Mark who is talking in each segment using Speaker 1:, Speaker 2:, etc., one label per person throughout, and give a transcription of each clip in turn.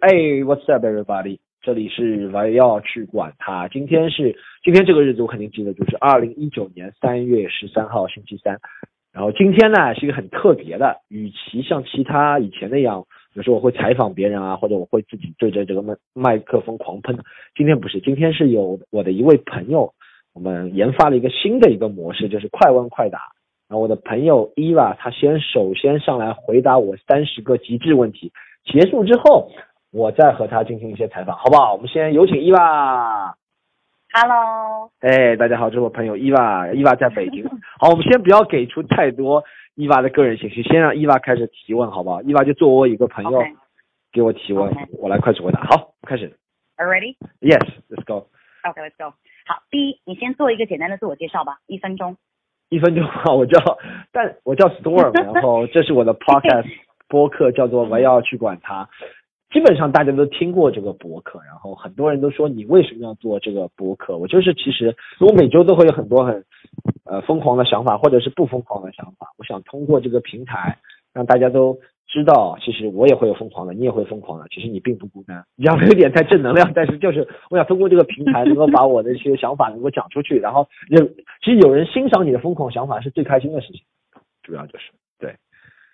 Speaker 1: 哎，What's up, everybody？这里是我要去管它。今天是今天这个日子，我肯定记得，就是二零一九年三月十三号星期三。然后今天呢是一个很特别的，与其像其他以前那样，比如说我会采访别人啊，或者我会自己对着这个麦麦克风狂喷，今天不是，今天是有我的一位朋友，我们研发了一个新的一个模式，就是快问快答。然后我的朋友伊娃，她先首先上来回答我三十个极致问题，结束之后，我再和她进行一些采访，好不好？我们先有请伊娃。
Speaker 2: Hello，
Speaker 1: 哎，大家好，这是我朋友伊娃，伊娃在北京。好，我们先不要给出太多伊娃的个人信息，先让伊娃开始提问，好不好？伊娃就作为我一个朋友
Speaker 2: OK
Speaker 1: 给我提问
Speaker 2: OK
Speaker 1: 我来快速回答。好，开始。
Speaker 2: a r e a d y
Speaker 1: Yes，let's go。
Speaker 2: OK, let's go. 好，第一，你先做一个简单的自我介绍吧，一分钟。
Speaker 1: 一分钟啊，我叫，但我叫 Storm，然后这是我的 podcast 播客，叫做“我要去管它”。基本上大家都听过这个博客，然后很多人都说你为什么要做这个博客？我就是其实我每周都会有很多很呃疯狂的想法，或者是不疯狂的想法。我想通过这个平台让大家都知道，其实我也会有疯狂的，你也会疯狂的，其实你并不孤单。讲的有点太正能量，但是就是我想通过这个平台能够把我的一些想法能够讲出去，然后有其实有人欣赏你的疯狂想法是最开心的事情，主要就是对。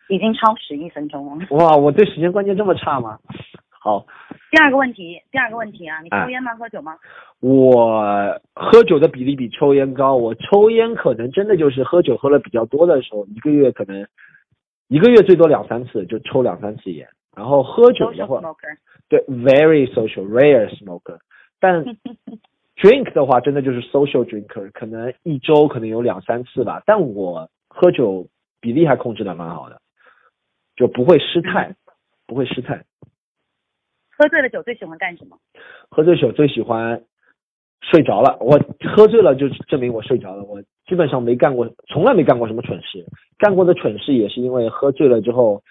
Speaker 2: 已经超时一分钟了。
Speaker 1: 哇，我对时间观念这么差吗？好，
Speaker 2: 第二个问题，第二个问题啊，你
Speaker 1: 哎
Speaker 2: 抽烟吗？喝酒吗？
Speaker 1: 我喝酒的比例比抽烟高，我抽烟可能真的就是喝酒喝的比较多的时候，一个月可能一个月最多两三次就抽两三次烟，然后喝酒
Speaker 2: Social
Speaker 1: 的话，
Speaker 2: smoker。
Speaker 1: 对，very social rare smoker，但 drink 的话，真的就是 social drinker，可能一周可能有两三次吧。但我喝酒比例还控制的蛮好的，就不会失态，不会失态。
Speaker 2: 喝醉了酒最喜欢干什么？
Speaker 1: 喝醉酒最喜欢睡着了，我喝醉了就证明我睡着了。我基本上没干过，从来没干过什么蠢事。干过的蠢事也是因为喝醉了之后，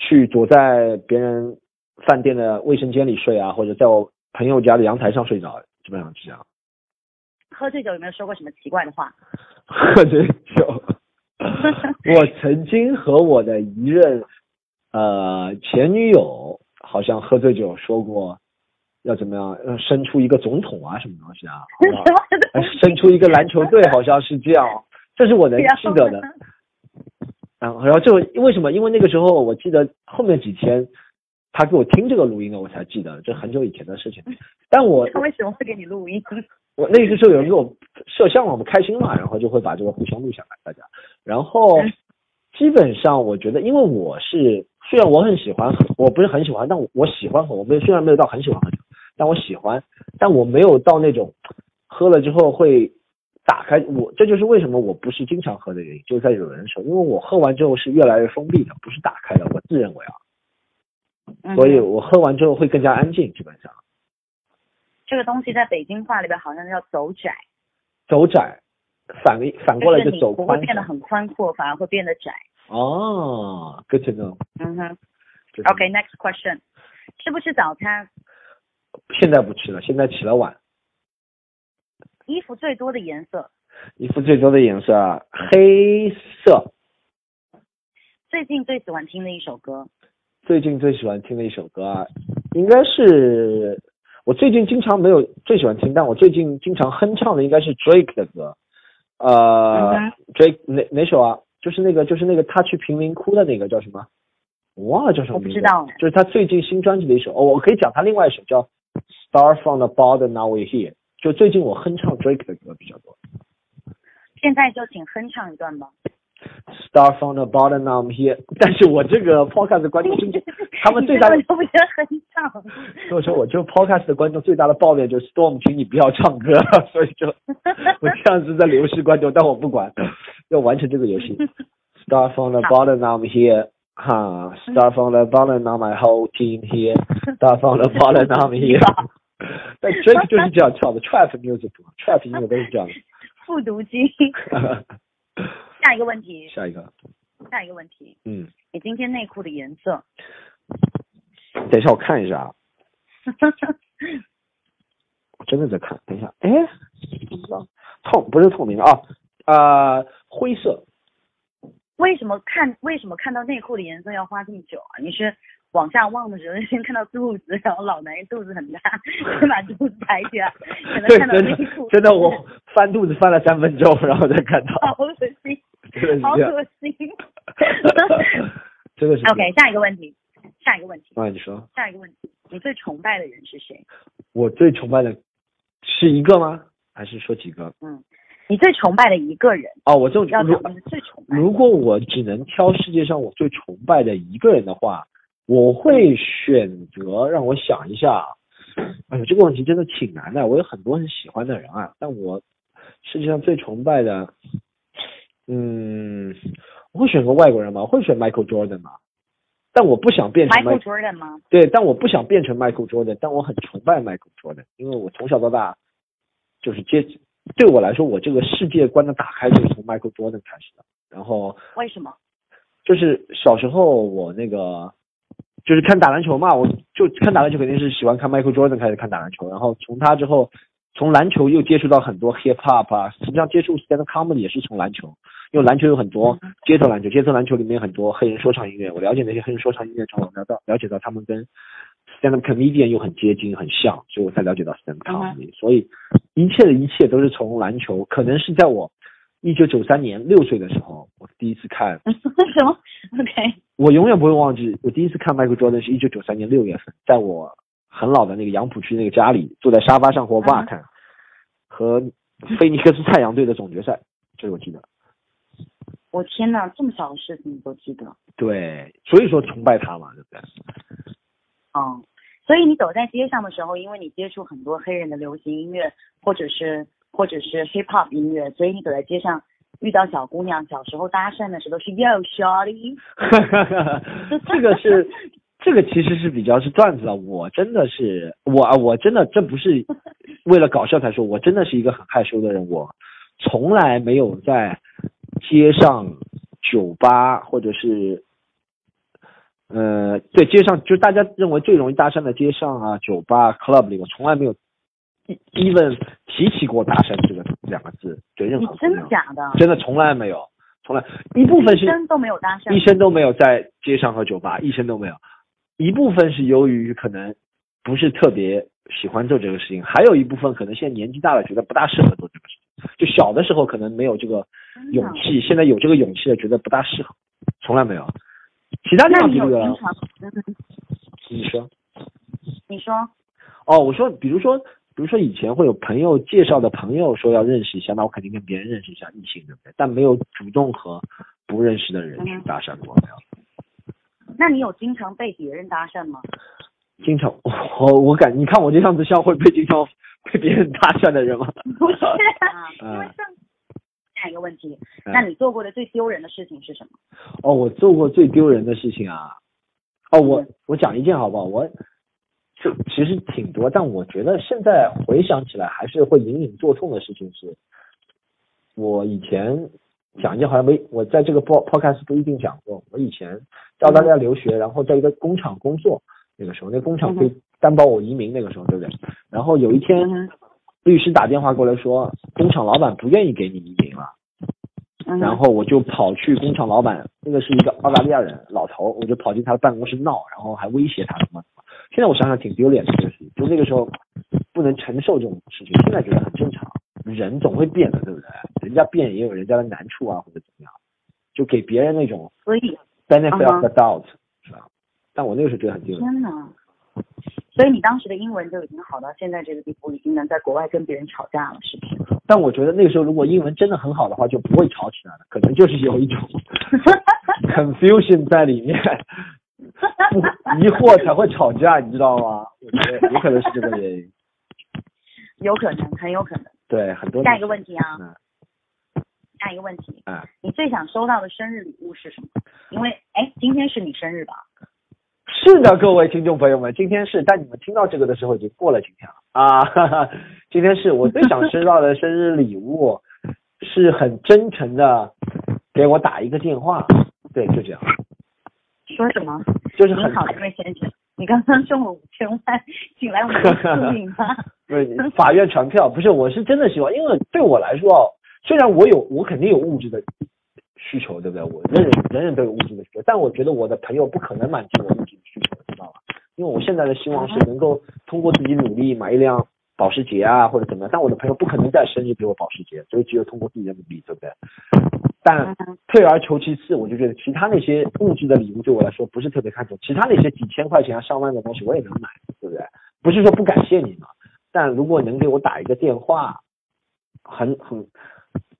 Speaker 1: 去躲在别人饭店的卫生间里睡啊，或者在我朋友家的阳台上睡着，基本上是这样。
Speaker 2: 喝醉酒有没有说过什么奇怪的话？
Speaker 1: 喝醉酒。我曾经和我的一任呃前女友好像喝醉酒说过，要怎么样呃生出一个总统啊什么东西啊，好不好 哎生出一个篮球队好像是这样，啊这哎是我能记得的。然后，然后这个为什么？因为那个时候我记得后面几天，他给我听这个录音了，我才记得这很久以前的事情。但我
Speaker 2: 他为什么会给你录 音？
Speaker 1: 我那个时候有人给我摄像嘛，我们开心嘛，然后就会把这个互相录下来，大家。然后
Speaker 2: 嗯
Speaker 1: 基本上我觉得，因为我是虽然我很喜欢，我不是很喜欢，但我我喜欢喝，我没有虽然没有到很喜欢喝酒，但我喜欢，但我没有到那种喝了之后会打开我，这就是为什么我不是经常喝的原因，就是在有人的时候，因为我喝完之后是越来越封闭的，不是打开的，我自认为啊，
Speaker 2: 嗯
Speaker 1: 所以我喝完之后会更加安静，基本上
Speaker 2: 这个东西在北京话里边好像叫走窄，
Speaker 1: 走窄，反个反过来
Speaker 2: 就是
Speaker 1: 就
Speaker 2: 你
Speaker 1: 走
Speaker 2: 不会
Speaker 1: 宽
Speaker 2: 变得很宽阔，反而会变得窄。
Speaker 1: 哦，good to know。
Speaker 2: 嗯哼。
Speaker 1: 就是
Speaker 2: OK，next、question，吃不吃早餐？
Speaker 1: 现在不吃了，现在起了晚。
Speaker 2: 衣服最多的颜色？
Speaker 1: 衣服最多的颜色啊，黑色。
Speaker 2: 最近最喜欢听的一首歌？
Speaker 1: 最近最喜欢听的一首歌啊，应该是我最近经常没有最喜欢听，但我最近经常哼唱的应该是 Drake 的歌。呃、
Speaker 2: 嗯哼
Speaker 1: d r a k e 哪哪首啊？就是那个，就是那个他去贫民窟的那个叫什么？我忘了叫什么
Speaker 2: 我不
Speaker 1: 名字。
Speaker 2: 知道哎
Speaker 1: 就是他最近新专辑的一首。哦，我可以讲他另外一首叫《Star from the Bottom Now We Here》。就最近我哼唱 Drake 的歌比较多。
Speaker 2: 现在就请哼唱一段吧。
Speaker 1: Start from the bottom, now I'm here。但是我这个 podcast 的观众听众，他们 最大的
Speaker 2: 你根本就不觉得哼唱。
Speaker 1: 所以说我就 podcast 的观众最大的抱怨就是 Storm，请你不要唱歌， 所以就我这样子在流失观众，但我不管， 要完成这个游戏。Start from the
Speaker 2: 好
Speaker 1: bottom, now I'm here。哈，Start from the bottom, now my whole team here。Start from the bottom, now I'm here 。但 Drake 就是这样唱的，trap music 嘛，trap 音乐都是这样
Speaker 2: 复读机。
Speaker 1: 的。
Speaker 2: 下一个问题，
Speaker 1: 下一个，
Speaker 2: 下一个问题，
Speaker 1: 嗯，
Speaker 2: 你今天内裤的颜色？
Speaker 1: 等一下我看一下啊。 我真的在看，等一下，哎，不知道，透不是透明的啊，呃，灰色，
Speaker 2: 为什么看为什么看到内裤的颜色要花这么久啊？你是往下望的时候，先看到肚子，然后老男人肚 子很大，先把肚子抬起来，
Speaker 1: 对，
Speaker 2: 才能看到
Speaker 1: 真
Speaker 2: 内
Speaker 1: 的
Speaker 2: 裤。
Speaker 1: 真的，我翻肚子翻了三分钟，然后再看
Speaker 2: 好
Speaker 1: 到，
Speaker 2: 恶心，
Speaker 1: 真的是
Speaker 2: 哦好
Speaker 1: 这样，
Speaker 2: 恶 心。
Speaker 1: 真的是这样。
Speaker 2: OK，下一个问题，下一个问题，
Speaker 1: 啊，你说，
Speaker 2: 下一个问题，你最崇拜的人是谁？
Speaker 1: 我最崇拜的是一个吗？还是说几个？
Speaker 2: 嗯你最崇拜的一个人，
Speaker 1: 哦，我这种
Speaker 2: 要
Speaker 1: 如
Speaker 2: 讲的是最崇拜的。
Speaker 1: 如果我只能挑世界上我最崇拜的一个人的话，我会选择让我想一下。哎呦，这个问题真的挺难的。我有很多很喜欢的人啊，但我世界上最崇拜的，嗯，我会选个外国人吗？我会选 Michael Jordan 吗？但我不想变成
Speaker 2: Michael
Speaker 1: Michael，
Speaker 2: Jordan 吗？
Speaker 1: 对，但我不想变成 Michael Jordan，但我很崇拜 Michael Jordan，因为我从小到大就是接，对我来说，我这个世界观的打开就是从 Michael Jordan 开始的。然后，
Speaker 2: 为什么？
Speaker 1: 就是小时候我那个就是看打篮球嘛，我就看打篮球肯定是喜欢看 Michael Jordan 开始看打篮球，然后从他之后，从篮球又接触到很多 hip hop 啊，实际上接触 stand up comedy 也是从篮球，因为篮球有很多街头篮球，街头篮球里面很多黑人说唱音乐，我了解那些黑人说唱音乐之后，我了到了解到他们跟 stand up comedian 又很接近很像，所以我才了解到 stand up
Speaker 2: 嗯哼
Speaker 1: comedy，、所以一切的一切都是从篮球，可能是在我一九九三年六岁的时候，我第一次看
Speaker 2: 什么？OK，
Speaker 1: 我永远不会忘记，我第一次看 Michael Jordan 是一九九三年六月份，在我很老的那个杨浦区那个家里，坐在沙发上和我爸看，和菲尼克斯太阳队的总决赛，这是我记得。
Speaker 2: 我天哪，这么小的事情你都记得？
Speaker 1: 对，所以说崇拜他嘛，对不对？
Speaker 2: 哦，所以你走在街上的时候，因为你接触很多黑人的流行音乐，或者是或者是 hip hop 音乐，所以你走在街上遇到小姑娘，小时候搭讪的时候都是 Yo shorty，
Speaker 1: 这个是，这个其实是比较是段子了。我真的是，我啊，我真的这不是为了搞笑才说，我真的是一个很害羞的人，我从来没有在街上、酒吧或者是。呃，对，街上就是大家认为最容易搭讪的街上啊、酒吧、club 里，我从来没有 even 提起过搭讪这个两个字，对任
Speaker 2: 你
Speaker 1: 何姑
Speaker 2: 真的
Speaker 1: 娘，
Speaker 2: 假的？
Speaker 1: 真的从来没有，从来一部分
Speaker 2: 一
Speaker 1: 是
Speaker 2: 生都没有搭
Speaker 1: 一
Speaker 2: 讪。
Speaker 1: 生都没有在街上和酒吧，一生都没有。一部分是由于可能不是特别喜欢做这个事情，还有一部分可能现在年纪大了，觉得不大适合做这个事情。就小的时候可能没有这个
Speaker 2: 真
Speaker 1: 勇
Speaker 2: 的
Speaker 1: 气，现在有这个勇气了，觉得不大适合，从来没有。其他地
Speaker 2: 那
Speaker 1: 方
Speaker 2: 你
Speaker 1: 比
Speaker 2: 有
Speaker 1: 如
Speaker 2: 经常，嗯，
Speaker 1: 你说
Speaker 2: 你说，
Speaker 1: 哦，我说，比如说，比如说以前会有朋友介绍的朋友说要认识一下，那我肯定跟别人认识一下异性，对不对？但没有主动和不认识的人去
Speaker 2: 嗯
Speaker 1: 搭讪过，没有。
Speaker 2: 那你有经常被别人搭讪吗？
Speaker 1: 经常， 我我感，你看我这样子像会被经常 被别人搭讪的人吗？
Speaker 2: 不是 啊，
Speaker 1: 嗯
Speaker 2: 因为上下一个问题，
Speaker 1: 嗯
Speaker 2: 那你做过的最丢人的事情是什么？
Speaker 1: 哦，我做过最丢人的事情啊！哦，我
Speaker 2: 嗯
Speaker 1: 我讲一件好不好？我这其实挺多，但我觉得现在回想起来还是会隐隐作痛的事情是，我以前讲一件好像没我在这个 pod podcast 不一定讲过，我以前到澳大利亚留学，然后在一个工厂工作，那个时候那工厂
Speaker 2: 嗯
Speaker 1: 可以担保我移民，那个时候对不对？然后有一天
Speaker 2: 嗯
Speaker 1: 律师打电话过来说，工厂老板不愿意给你移民了。
Speaker 2: 嗯
Speaker 1: 然后我就跑去工厂老板，那个是一个澳大利亚人老头，我就跑进他的办公室闹，然后还威胁他什么什么。现在我想想挺丢脸的，就是就那个时候不能承受这种事情，现在觉得很正常，人总会变的，对不对？人家变也有人家的难处啊，或者怎么样，就给别人那种
Speaker 2: 所以
Speaker 1: benefit of
Speaker 2: 嗯
Speaker 1: the doubt，、是吧？但我那个时候觉得很丢脸，
Speaker 2: 天呐，所以你当时的英文就已经好到现在这个地步，已经能在国外跟别人吵架了，是不是？
Speaker 1: 但我觉得那个时候如果英文真的很好的话，就不会吵起来了，可能就是有 一种 confusion 在里面。不疑惑才会吵架，你知道吗？我觉得有可能是这个原因。
Speaker 2: 有可能，很有可能。
Speaker 1: 对，很多
Speaker 2: 下一个问题啊，
Speaker 1: 嗯
Speaker 2: 下一个问题，
Speaker 1: 啊，
Speaker 2: 你最想收到的生日礼物是什么？因为哎，今天是你生日吧？
Speaker 1: 是的，各位听众朋友们，今天是，但你们听到这个的时候已经过了今天了啊。 哈哈，今天是我最想收到的生日礼物，是很真诚的给我打一个电话，对，就这样，
Speaker 2: 说什么？
Speaker 1: 就是
Speaker 2: 您
Speaker 1: 很
Speaker 2: 好，这位先生，你刚刚中了五千万，请来 我们公司领 吧。
Speaker 1: 对，法院传票不是，我是真的喜欢，因为对我来说啊，虽然我有，我肯定有物质的需求，对不对？我人人人人都有物质的需求，但我觉得我的朋友不可能满足我物质的需求，因为我现在的希望是能够通过自己努力买一辆保时捷啊，或者怎么样。但我的朋友不可能在生日给我保时捷，所以只有通过自己的努力，对不对？
Speaker 2: 嗯
Speaker 1: 但退而求其次，我就觉得其他那些物质的礼物对我来说不是特别看重，其他那些几千块钱啊、上万的东西我也能买，对不对？不是说不感谢你嘛，但如果能给我打一个电话，很很，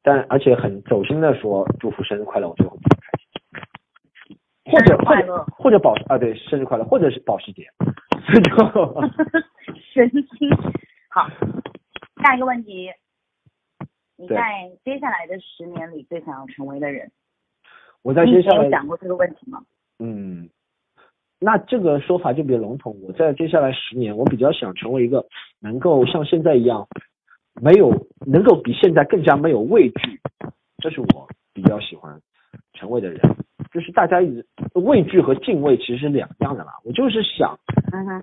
Speaker 1: 但而且很走心的说祝福生日快乐，我就很开心。或者或
Speaker 2: 快
Speaker 1: 者
Speaker 2: 乐，
Speaker 1: 或者保啊对生日快乐，或者是保时捷，所以就
Speaker 2: 神经。好，下一个问题，你
Speaker 1: 对
Speaker 2: 在接下来的十年里最想要成为的人，
Speaker 1: 我在
Speaker 2: 你
Speaker 1: 接
Speaker 2: 以
Speaker 1: 下
Speaker 2: 前有
Speaker 1: 来
Speaker 2: 想过这个问题吗？
Speaker 1: 嗯，那这个说法就比较笼统。我在接下来十年，我比较想成为一个能够像现在一样，没有能够比现在更加没有畏惧，这是我比较喜欢成为的人。就是大家一直畏惧和敬畏其实是两样的啦。我就是想
Speaker 2: 嗯哼，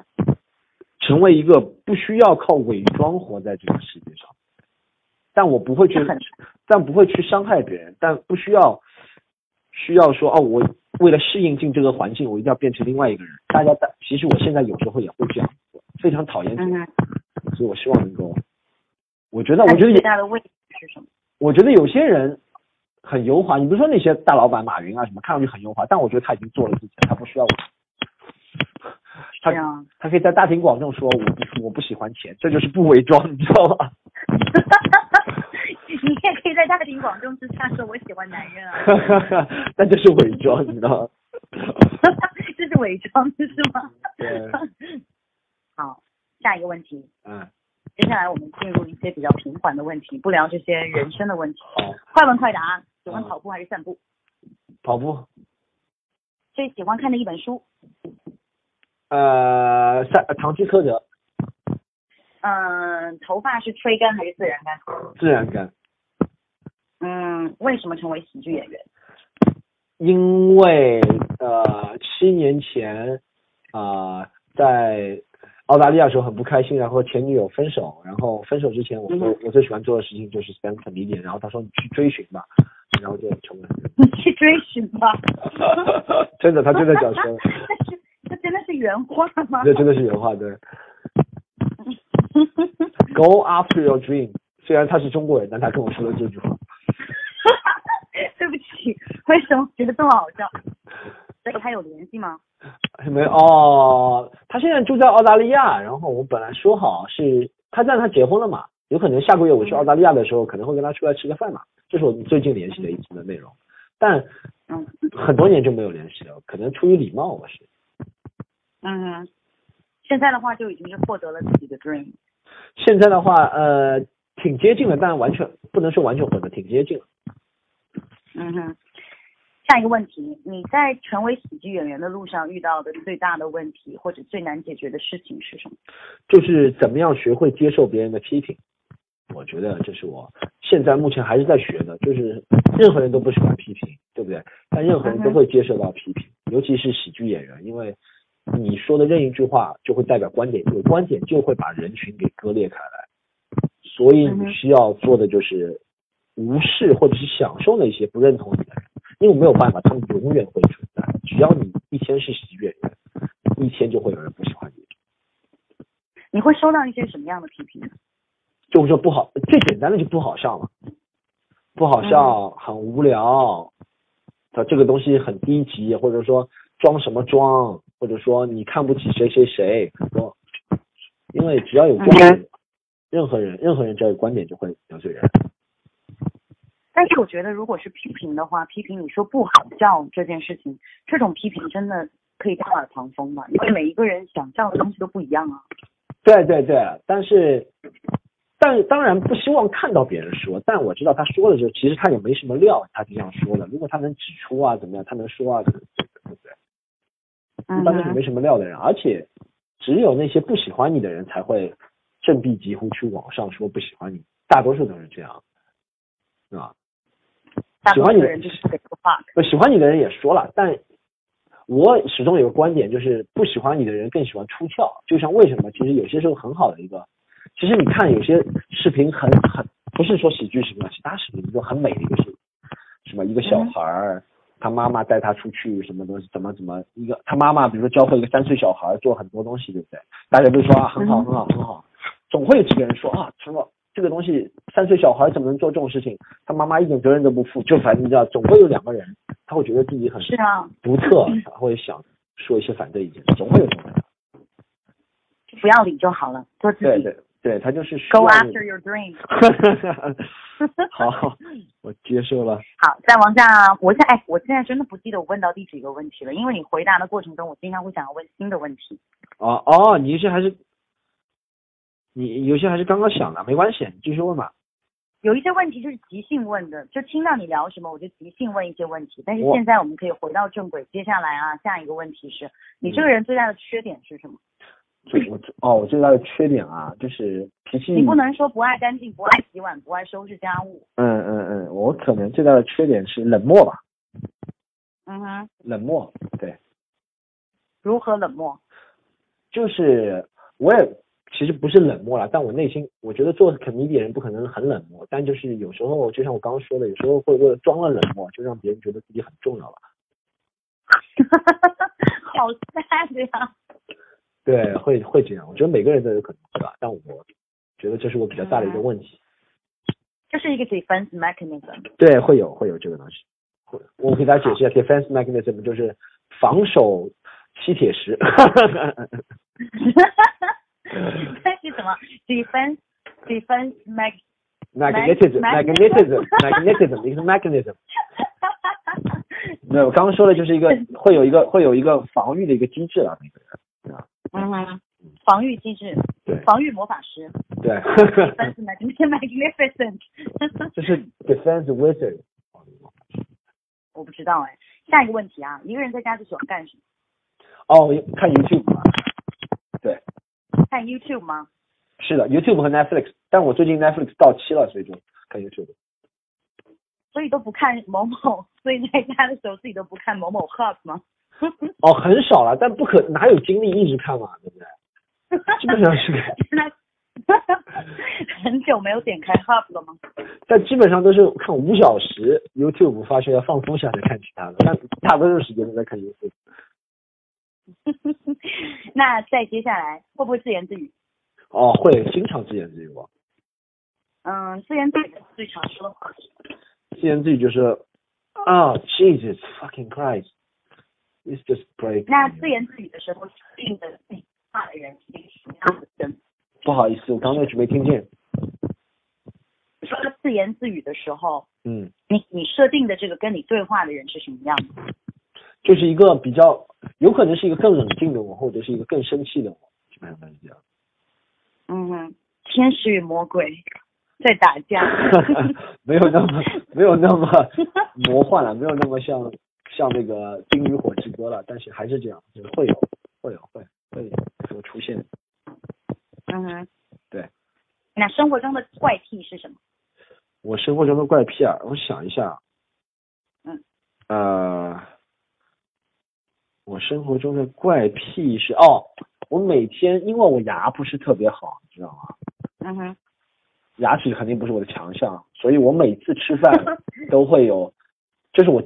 Speaker 1: 成为一个不需要靠伪装活在这个世界上，但我不会去
Speaker 2: 这很
Speaker 1: 但不会去伤害别人，但不需要需要说哦，我为了适应进这个环境，我一定要变成另外一个人。大家在其实我现在有时候也会这样，我非常讨厌这
Speaker 2: 嗯
Speaker 1: 样，
Speaker 2: 哼，
Speaker 1: 所以我希望能够，我觉得
Speaker 2: 那
Speaker 1: 我
Speaker 2: 你
Speaker 1: 觉得
Speaker 2: 最
Speaker 1: 有
Speaker 2: 大的畏惧是什么？
Speaker 1: 我觉得有些人很油滑，你比如说那些大老板马云啊什么，看上去很油滑，但我觉得他已经做了自己，他不需要我，他
Speaker 2: 这样，
Speaker 1: 他可以在大庭广众说我不我不喜欢钱，这就是不伪装，你知道吗？
Speaker 2: 你也可以在大庭广众之下说我喜欢男人啊，
Speaker 1: 那就是伪装，你知道吗？
Speaker 2: 这是伪装，是吗？
Speaker 1: 对。
Speaker 2: 好，下一个问题，
Speaker 1: 嗯，
Speaker 2: 接下来我们进入一些比较平缓的问题，不聊这些人生的问题，
Speaker 1: 好，
Speaker 2: 快问快答。喜欢跑步还是散步？
Speaker 1: 跑步。
Speaker 2: 最喜欢看的一本书，
Speaker 1: 呃，三呃唐吉诃德
Speaker 2: 嗯、头发是吹干还是自然干？
Speaker 1: 自然干，
Speaker 2: 嗯，为什么成为喜剧演员？
Speaker 1: 因为呃七年前啊、呃在澳大利亚的时候很不开心，然后前女友分手，然后分手之前我
Speaker 2: 嗯
Speaker 1: 最、我最喜欢做的事情就是 stand up comedian，然后他说你去追寻吧，然后就成为
Speaker 2: 你去追寻吧。
Speaker 1: 真的他真的讲 说，
Speaker 2: 这是这真的是原话吗？
Speaker 1: 这真的是原话对，Go after your dream，虽然他是中国人，但他跟我说了这句话，
Speaker 2: 对不起，为什么觉得这么好笑？所以还有联系吗？
Speaker 1: 没哦，他现在住在澳大利亚，然后我本来说好是他，但他结婚了嘛，有可能下个月我去澳大利亚的时候，可能会跟他出来吃个饭嘛，这是我们最近联系的一次的内容，但
Speaker 2: 嗯
Speaker 1: 很多年就没有联系了，可能出于礼貌，我是。
Speaker 2: 嗯，现在的话就已经是获得了自己的 dream。
Speaker 1: 现在的话，呃，挺接近的，但完全不能说完全混的，挺接近的。
Speaker 2: 嗯哼。下一个问题，你在成为喜剧演员的路上遇到的最大的问题或者最难解决的事情是什么？
Speaker 1: 就是怎么样学会接受别人的批评，我觉得这是我现在目前还是在学的，就是任何人都不喜欢批评，对不对？但任何人都会接受到批评，尤其是喜剧演员，因为你说的任一句话就会代表观点，有观点就会把人群给割裂开来，所以
Speaker 2: 嗯
Speaker 1: 你
Speaker 2: 哼
Speaker 1: 需要做的就是无视或者是享受那些不认同你的人，因为没有办法，他们永远会存在，只要你一天是喜剧演员，一天就会有人不喜欢你。
Speaker 2: 你会收到一些什么样的批评呢？
Speaker 1: 就是说不好，最简单的就不好笑嘛，不好笑，很无聊，他这个东西很低级，或者说装什么装，或者说你看不起谁谁谁，说，因为只要有观点，任何人任何人只要有观点就会得罪人，
Speaker 2: 但是我觉得，如果是批评的话，批评你说不好笑这件事情，这种批评真的可以大耳旁风吧？因为每一个人想笑的东西都不一样啊。
Speaker 1: 对对对，但是。但当然不希望看到别人说，但我知道他说了就其实他也没什么料，他就这样说的。如果他能指出啊怎么样，他能说啊，对不对？
Speaker 2: 嗯
Speaker 1: 一般都是没什么料的人，而且只有那些不喜欢你的人才会振臂疾呼去网上说不喜欢你，大多数都是这样，是吧？
Speaker 2: 大多数人就是不给说话。
Speaker 1: 不呃喜欢你的人也说了，但我始终有个观点，就是不喜欢你的人更喜欢出窍。就像为什么，其实有些时候很好的一个，其实你看有些视频很啊很不是说喜剧什么，其他视频就很美的一个视频，什么一个小孩儿他妈妈带他出去什么东西，怎么怎么一个他妈妈，比如说教会一个三岁小孩做很多东西，对不对？大家都说啊，很好，很好，很好，总会有几个人说啊，什么这个东西三岁小孩怎么能做这种事情？他妈妈一点责任都不负，就反正你知道，总会有两个人，他会觉得自己很
Speaker 2: 是啊，
Speaker 1: 独特，他会想说一些反对意见，总会有这种人。
Speaker 2: 就不要理就好了，做自己。
Speaker 1: 对对对，他就是需
Speaker 2: Go
Speaker 1: 要你
Speaker 2: after your dream。
Speaker 1: 好，我接受了。
Speaker 2: 好，再往下，我现在哎，我现在真的不记得我问到第几个问题了，因为你回答的过程中，我经常会想要问新的问题。
Speaker 1: 哦哦，你有些还是，你有些还是刚刚想的，没关系，你继续问吧。
Speaker 2: 有一些问题就是即兴问的，就听到你聊什么，我就即兴问一些问题。但是
Speaker 1: 我
Speaker 2: 现在我们可以回到正轨，接下来啊，下一个问题是你这个人最大的缺点是什么？
Speaker 1: 就我哦，我最大的缺点啊，就是脾气。
Speaker 2: 嗯你不能说不爱干净、不爱洗碗、不爱收拾家务。
Speaker 1: 嗯嗯嗯，我可能最大的缺点是冷漠吧，
Speaker 2: 嗯哼，
Speaker 1: 冷漠。对，
Speaker 2: 如何冷漠？
Speaker 1: 就是我也其实不是冷漠啦，但我内心我觉得做肯尼迪人不可能很冷漠，但就是有时候就像我刚刚说的，有时候会为了装了冷漠，就让别人觉得自己很重要了。
Speaker 2: 好 sad 呀！
Speaker 1: 对，会会这样。我觉得每个人都有可能会吧，但我觉得这是我比较大的一个问题。
Speaker 2: 这是一个 defense mechanism。
Speaker 1: 对，会有会有这个东西。会，我给大家解释一下，defense mechanism 就是防守吸铁石。
Speaker 2: 但是怎么 defense defense meg
Speaker 1: magnetism magnetism magnetism 一个 mechanism。没有，我刚刚说的就是一个会有一个会有一个防御的一个机制了，啊每个人。
Speaker 2: 嗯哼，防御机制，
Speaker 1: 对
Speaker 2: 防御魔法师
Speaker 1: 对，
Speaker 2: ，defense magnificent。
Speaker 1: 就是 defense wizard。
Speaker 2: 我不知道哎。下一个问题啊，一个人在家最喜欢干什么？
Speaker 1: 哦，我看 YouTube 吧。对，
Speaker 2: 看 YouTube 吗？
Speaker 1: 是的，YouTube 和 Netflix，但我最近 Netflix 到期了，所以就看 YouTube。
Speaker 2: 所以都不看某某，所以在家的时候自己都不看某某 hub 吗？
Speaker 1: 哦，很少了，但不可哪有精力一直看嘛，对不对？基本上是，
Speaker 2: 那很久没有点开 hub 了吗？
Speaker 1: 但基本上都是看五小时 YouTube，发现要放松下来看其他的，但大多数时间都在看 YouTube。
Speaker 2: 那再接下来会不会自言自语？
Speaker 1: 哦，会经常自言自语吧？
Speaker 2: 嗯，自言自语最常说的话是
Speaker 1: 自言自语就是啊、j e s u s fucking Christ，it's just break。
Speaker 2: 那自言自语的时候，定的自己话的人是一个什么样的人？
Speaker 1: 不好意思，我刚刚一直没听见。
Speaker 2: 你说自言自语的时候，
Speaker 1: 嗯，
Speaker 2: 你你设定的这个跟你对话的人是什么样的？
Speaker 1: 就是一个比较，有可能是一个更冷静的我，或者是一个更生气的我，基本上都是这样。。
Speaker 2: 嗯哼，天使与魔鬼在打架
Speaker 1: 没有那么没有那么魔幻了，没有那么像像那个《冰与火之歌》了，但是还是这样，就是会有会有会会有出现。
Speaker 2: 嗯哼，
Speaker 1: 对。
Speaker 2: 那生活中的怪癖是什么？
Speaker 1: 我生活中的怪癖啊，我想一下，
Speaker 2: 嗯，
Speaker 1: 呃，我生活中的怪癖是哦，我每天因为我牙不是特别好，你知道吗？
Speaker 2: 嗯哼，
Speaker 1: 牙齿肯定不是我的强项，所以我每次吃饭都会有，就是我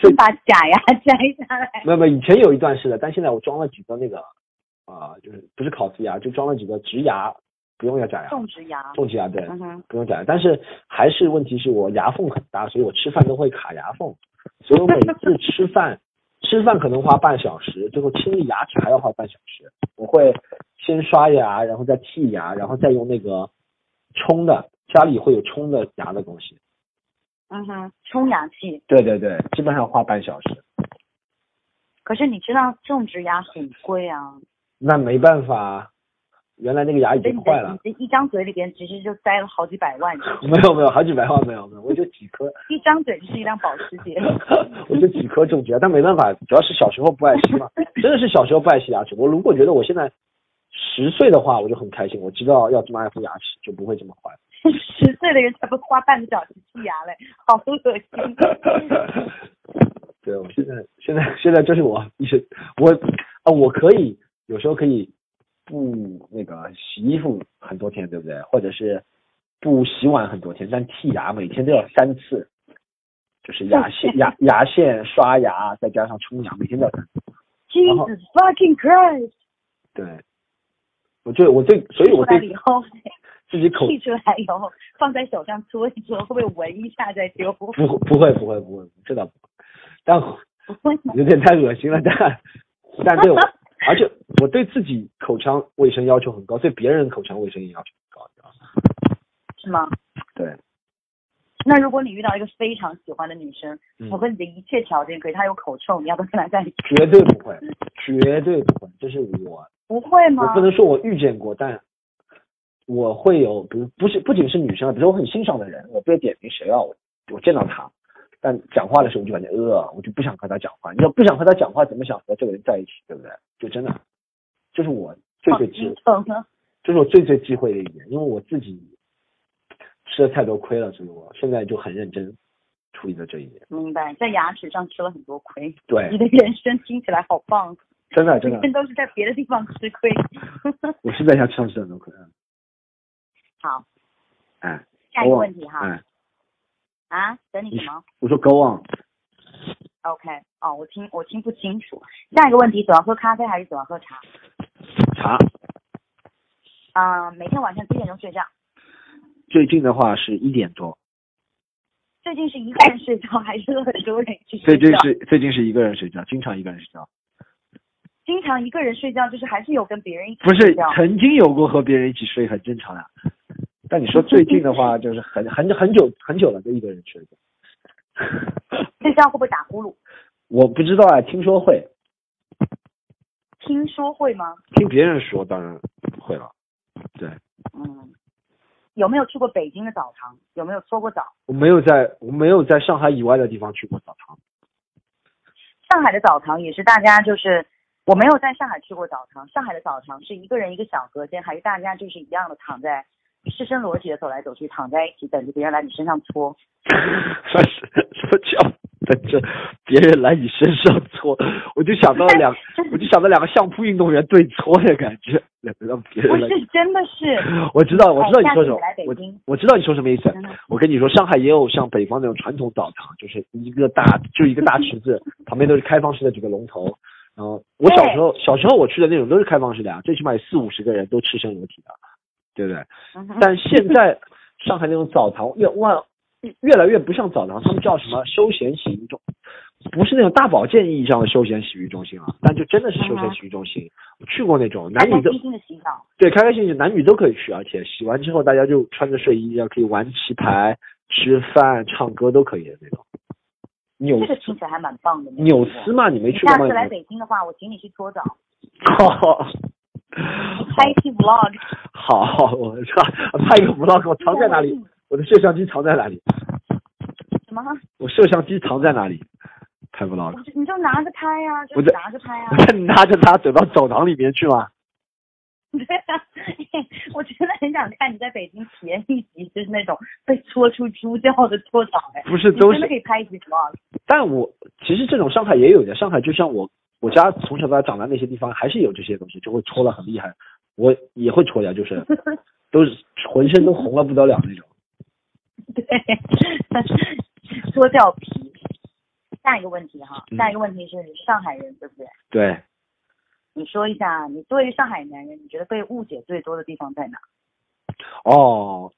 Speaker 2: 是把假牙摘下来。
Speaker 1: 没有没有，以前有一段是的，但现在我装了几个那个啊、就是不是烤瓷牙，就装了几个植牙，不用要假牙，
Speaker 2: 种植牙。
Speaker 1: 种植牙啊对，
Speaker 2: 嗯哼，
Speaker 1: 不用假牙。但是还是问题是我牙缝很大，所以我吃饭都会卡牙缝，所以我每次吃饭 吃饭可能花半小时，最后清理牙齿还要花半小时。我会先刷牙，然后再剔牙，然后再用那个冲的，家里会有冲的牙的东西。
Speaker 2: 嗯哼，冲牙器。
Speaker 1: 对对对，基本上花半小时。
Speaker 2: 可是你知道种植牙很贵啊，
Speaker 1: 那没办法，原来那个牙已
Speaker 2: 所以
Speaker 1: 经
Speaker 2: 你
Speaker 1: 坏
Speaker 2: 的
Speaker 1: 了
Speaker 2: 你。这一张嘴里边其实就塞了好几百万，
Speaker 1: 没有没有，好几百万没有没有，我就几颗，
Speaker 2: 一张嘴就是一辆保时捷。
Speaker 1: 我就几颗种植牙，但没办法，主要是小时候不爱惜嘛，真的是小时候不爱惜牙齿。我如果觉得我现在十岁的话，我就很开心，我知道要这么爱护牙齿，就不会这么坏。
Speaker 2: 十岁的人才不花半个小时剔牙嘞，好恶心。
Speaker 1: 对，我现在现在现在就是我一直我啊，我可以有时候可以不那个洗衣服很多天，对不对？或者是不洗碗很多天，但剔牙每天都要三次，就是牙线、牙牙线、刷牙，再加上冲牙，每天都要干。然后
Speaker 2: Jesus fucking Christ！
Speaker 1: 对，我最我最，所以我
Speaker 2: 出来
Speaker 1: 对
Speaker 2: 了以后，
Speaker 1: 自己口
Speaker 2: 剔出来以后放在手上搓一搓，会不会闻一下再丢？ 不
Speaker 1: 不不会不会不会，这倒不会，但
Speaker 2: 会吗？
Speaker 1: 有点太恶心了，但但 对我，而且我对自己口腔卫生要求很高，对别人口腔卫生也要求很高，你知道吗？
Speaker 2: 是吗？
Speaker 1: 对，
Speaker 2: 那如果你遇到一个非常喜欢的女生，
Speaker 1: 嗯
Speaker 2: 符合你的一切条件，可是她有口臭，你要不要跟她在一起？
Speaker 1: 绝对不会，绝对不会，这是我，
Speaker 2: 不会
Speaker 1: 我
Speaker 2: 吗
Speaker 1: 不？能说我遇见过，但我会有，比如不是不仅是女生啊，比如说我很欣赏的人，我不会点名谁啊，我我见到他。但讲话的时候我就感觉呃，我就不想和他讲话。你要不想和他讲话，怎么想和这个人在一起，对不对？就真的，就是我最
Speaker 2: 好
Speaker 1: 最忌
Speaker 2: 心疼啊！
Speaker 1: 这是我最最忌讳的一点，因为我自己吃了太多亏了，所以我现在就很认真处理了这一点。
Speaker 2: 明白，在牙齿上吃了很多亏。你
Speaker 1: 对，
Speaker 2: 的人生听起来好棒，
Speaker 1: 真的真
Speaker 2: 每
Speaker 1: 的，
Speaker 2: 天都是在别的地方吃 亏。
Speaker 1: 我是在家吃上吃很多亏。嗯
Speaker 2: 好，
Speaker 1: 哎，
Speaker 2: 下一个问题哈，
Speaker 1: 哎，
Speaker 2: 啊，等你什么
Speaker 1: 我说 go on，
Speaker 2: ？OK，哦，我听我听不清楚。下一个问题，喜欢喝咖啡还是喜欢喝茶？
Speaker 1: 茶
Speaker 2: 啊、每天晚上几点钟睡觉？
Speaker 1: 最近的话是一点多，
Speaker 2: 最近是一个人睡觉 还是和很多人一起睡
Speaker 1: 最
Speaker 2: 觉
Speaker 1: 近？是最近是一个人睡觉，经常一个人睡觉，
Speaker 2: 经常一个人睡觉，就是还是有跟别人一起
Speaker 1: 不
Speaker 2: 睡
Speaker 1: 是
Speaker 2: 觉。
Speaker 1: 曾经有过和别人一起睡，很正常的。但你说最近的 话，就是很很很久很久了，就一个人睡觉。
Speaker 2: 睡觉会不会打呼噜？
Speaker 1: 我不知道啊，听说会，
Speaker 2: 听说会吗？
Speaker 1: 听别人说当然会了。对，
Speaker 2: 嗯，有没有去过北京的澡堂？有没有搓过澡？
Speaker 1: 我没有在，我没有在上海以外的地方去过澡堂。
Speaker 2: 上海的澡堂也是大家就是，我没有在上海去过澡堂，上海的澡堂是一个人一个小隔间，还是大家就是一样的躺在赤身裸体的走来走去，躺在一起等着别人来你身上搓。
Speaker 1: 什什么叫等着别人来你身上搓？我就想到了 两，我就想到两个相扑运动员对搓的感觉，两个让别
Speaker 2: 不
Speaker 1: 人来。
Speaker 2: 是，真的是。
Speaker 1: 我知道，我知道你
Speaker 2: 哎
Speaker 1: 说什么
Speaker 2: 下次你来，北
Speaker 1: 我
Speaker 2: 京
Speaker 1: 我知道你说什么意思。
Speaker 2: 真的
Speaker 1: 我跟你说，上海也有像北方那种传统澡堂，就是一个大就一个大池子，旁边都是开放式的几个龙头。然后我小时候小时候我去的那种都是开放式的啊，最起码有四五十个人都赤身裸体的，啊对不对？
Speaker 2: 嗯
Speaker 1: 但现在上海那种澡堂越万越来越不像澡堂，他们叫什么休闲洗浴中，不是那种大保健意义上的休闲洗浴中心了、啊但就真的是休闲洗浴中心。我去过那种男女
Speaker 2: 开
Speaker 1: 都
Speaker 2: 开心心的洗澡，
Speaker 1: 对，开开心心，男女都可以去，而且洗完之后大家就穿着睡衣，然后可以玩棋牌、吃饭、唱歌都可以的那种。纽
Speaker 2: 这个听起来还蛮棒的。没
Speaker 1: 纽
Speaker 2: 去过
Speaker 1: 斯嘛，你没
Speaker 2: 你
Speaker 1: 去过
Speaker 2: 下
Speaker 1: 吗？
Speaker 2: 次来
Speaker 1: 你
Speaker 2: 北京的话，我请你去搓澡，
Speaker 1: 好，
Speaker 2: 拍一期 vlog。
Speaker 1: 好，我拍一个 vlog，我 藏在哪里？？我的摄像机藏在哪里？
Speaker 2: 什么？
Speaker 1: 我摄像机藏在哪里？拍 vlog，
Speaker 2: 我就你就拿着拍呀、就
Speaker 1: 我
Speaker 2: 是
Speaker 1: 在
Speaker 2: 拿着拍呀、
Speaker 1: 我 拿着它走到澡堂里面去吗？
Speaker 2: 对啊，我真的很想看你在北京体验一集，就是那种被搓出猪叫的搓澡，哎，
Speaker 1: 不是，
Speaker 2: 你
Speaker 1: 都
Speaker 2: 真
Speaker 1: 是
Speaker 2: 的可以拍一集 vlog。
Speaker 1: 但我其实这种上海也有的，上海就像我我家从小到大长大那些地方，还是有这些东西，就会搓了很厉害，我也会搓呀，就是都是浑身都红了不得了那种。
Speaker 2: 对，搓掉皮。下一个问题哈，
Speaker 1: 嗯
Speaker 2: 下一个问题是上海人对不对？
Speaker 1: 对，
Speaker 2: 你说一下，你作为一个上海男人，你觉得被误解最多的地方在哪？
Speaker 1: 哦，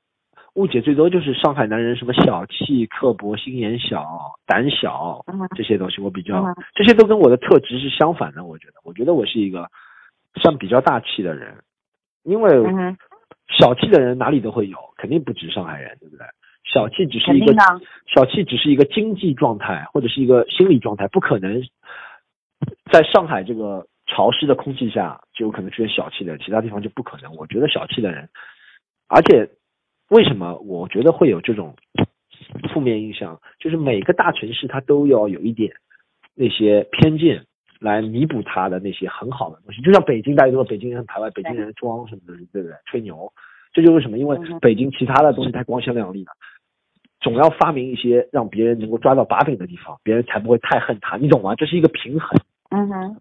Speaker 1: 误解最多就是上海男人什么小气、刻薄、心眼小、胆小
Speaker 2: 嗯
Speaker 1: 这些东西，我比较
Speaker 2: 嗯
Speaker 1: 这些都跟我的特质是相反的。我觉得，我觉得我是一个算比较大气的人，因为
Speaker 2: 嗯哼，
Speaker 1: 小气的人哪里都会有，肯定不止上海人，对不对？小气只是
Speaker 2: 肯
Speaker 1: 一个
Speaker 2: 定的。
Speaker 1: 小气只是一个经济状态或者是一个心理状态，不可能在上海这个潮湿的空气下就有可能出现小气的，其他地方就不可能。我觉得小气的人，而且为什么我觉得会有这种负面印象，就是每个大城市它都要有一点那些偏见。来弥补它的那些很好的东西，就像北京，大家都说北京人很排外，北京人装什么的，对不对？吹牛，这就是为什么，因为
Speaker 2: 嗯哼
Speaker 1: 北京其他的东西太光鲜亮丽了，总要发明一些让别人能够抓到把柄的地方，别人才不会太恨他，你懂吗？这是一个平衡。
Speaker 2: 嗯哼，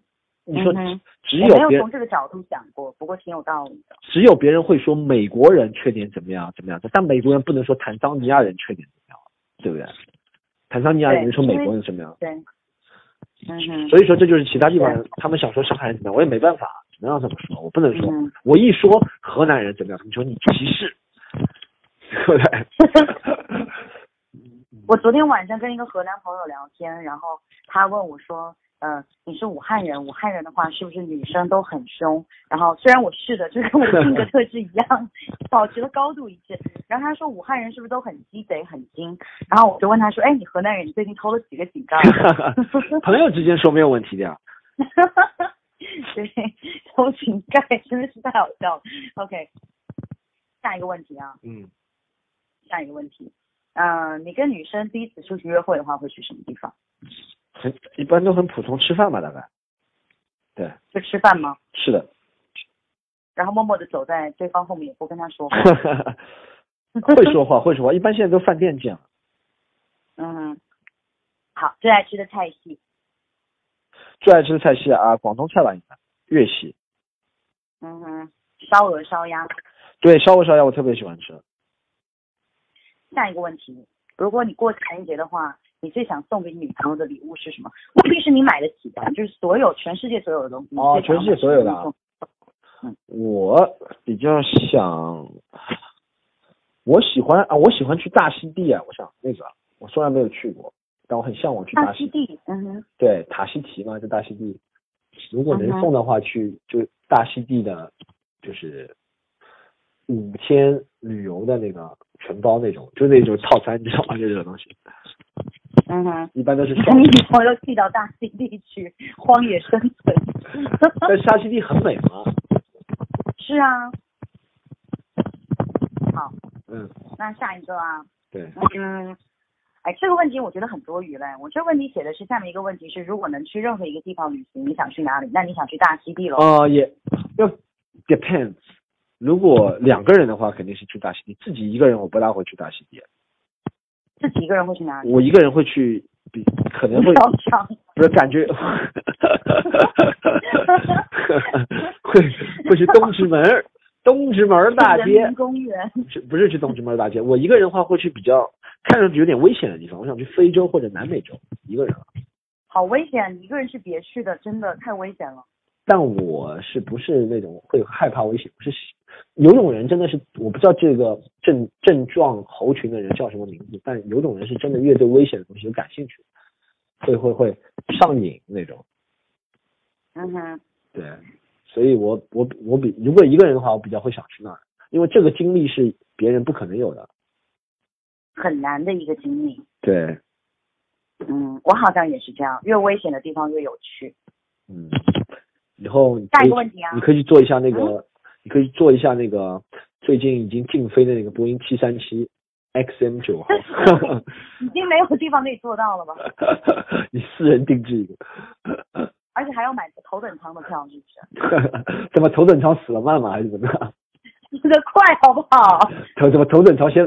Speaker 1: 你说
Speaker 2: 嗯哼
Speaker 1: 只
Speaker 2: 我没
Speaker 1: 有别人
Speaker 2: 有从这个角度想过，不过挺有道理的。
Speaker 1: 只有别人会说美国人缺点怎么样怎么样，但美国人不能说坦桑尼亚人缺点怎么样，对不对？坦桑尼亚
Speaker 2: 对
Speaker 1: 人说美
Speaker 2: 因
Speaker 1: 国
Speaker 2: 为
Speaker 1: 人怎么样？
Speaker 2: 对，嗯哼，
Speaker 1: 所以说这就是其他地方人他们想说上海人怎么样，我也没办法，只能让他们说，我不能说。
Speaker 2: 嗯
Speaker 1: 我一说河南人怎么样，他们说你歧视，对不对？
Speaker 2: 我昨天晚上跟一个河南朋友聊天，然后他问我说，呃，你是武汉人，武汉人的话是不是女生都很凶？然后虽然我是的，就跟我性格特质一样，保持了高度一致。然后他说武汉人是不是都很鸡贼、很精？然后我就问他说，哎，你河南人，你最近偷了几个 井盖？啊
Speaker 1: 朋友之间说没有问题的呀。
Speaker 2: 对，偷井盖真的是太好笑了。OK，下一个问题啊，
Speaker 1: 嗯，
Speaker 2: 下一个问题，嗯、你跟女生第一次出去约会的话，会去什么地方？
Speaker 1: 很一般都很普通，吃饭吧大概。对，
Speaker 2: 就吃饭吗？
Speaker 1: 是的。
Speaker 2: 然后默默的走在对方后面，也不跟他说话。
Speaker 1: 会说话，会说话，一般现在都饭店这样。
Speaker 2: 嗯，好，最爱吃的菜系，
Speaker 1: 最爱吃的菜系啊，广东菜吧应该，粤系。
Speaker 2: 嗯哼，烧鹅、烧鸭。
Speaker 1: 对，烧鹅烧鸭我特别喜欢吃。
Speaker 2: 下一个问题，如果你过情人节的话，你最想送给女朋友的礼物是什么？未必是你买得起的，就是所有全世界所有的东西。
Speaker 1: 哦
Speaker 2: 你最
Speaker 1: 全
Speaker 2: 想
Speaker 1: 世界所有的啊
Speaker 2: 买什么
Speaker 1: 我比较想，我喜欢啊，我喜欢去大溪地啊，我想那个，我虽然没有去过，但我很向往去
Speaker 2: 送大
Speaker 1: 溪
Speaker 2: 溪
Speaker 1: 地。
Speaker 2: 地，嗯哼，
Speaker 1: 对，塔西提嘛，在大溪地，如果能
Speaker 2: 嗯哼
Speaker 1: 送的话，去就大溪地的，就是五天旅游的那个全包那种，就那种套餐，你知道吗？就这种东西，
Speaker 2: 嗯哼。
Speaker 1: 一般都是双
Speaker 2: 你女朋友去到大溪地去 荒野生存，
Speaker 1: 但是大溪地很美嘛，
Speaker 2: 是啊。好，
Speaker 1: 嗯，
Speaker 2: 那下一个啊，
Speaker 1: 对，
Speaker 2: 嗯，哎，这个问题我觉得很多余嘞。我这个问题写的是下面一个问题是，如果能去任何一个地方旅行，你想去哪里？那你想去大溪地喽？
Speaker 1: 啊、也要 depends。如果两个人的话，肯定是去大溪地，自己一个人我不大会去大溪地，
Speaker 2: 自己一个人会去哪里？
Speaker 1: 我一个人会去比可能会
Speaker 2: 操场。
Speaker 1: 不是感觉会会去东直门儿东直门儿大
Speaker 2: 人
Speaker 1: 街
Speaker 2: 民，公园。
Speaker 1: 是不是去东直门儿大街？我一个人的话会去比较看上去有点危险的地方，我想去非洲或者南美洲一个人啊。
Speaker 2: 好危险，一个人是别去的，真的太危险了。
Speaker 1: 但我是不是那种会害怕危险？我是喜有种人真的是我不知道这个症症状猴群的人叫什么名字，但有种人是真的越对危险的东西有感兴趣，会会会上瘾那种。
Speaker 2: 嗯哼，
Speaker 1: 对，所以我我我比如果一个人的话，我比较会想去那儿，因为这个经历是别人不可能有的。
Speaker 2: 很难的一个经历。
Speaker 1: 对，
Speaker 2: 嗯，我好像也是这样，越危险的地方越有趣。
Speaker 1: 嗯，以后你
Speaker 2: 下
Speaker 1: 可
Speaker 2: 一
Speaker 1: 以
Speaker 2: 个问题啊嗯
Speaker 1: 你，可以去做一下那个，你可以做一下那个最近已经禁飞的那个波音七三七 XM 九 号，
Speaker 2: 已经没有地方可以做到了吧？
Speaker 1: 你私人定制一个，
Speaker 2: 而且还要买头等舱的票，是不是？
Speaker 1: 怎么头等舱死了慢吗？还是怎么样？
Speaker 2: 你这个 快好不好？
Speaker 1: 头怎么头等舱先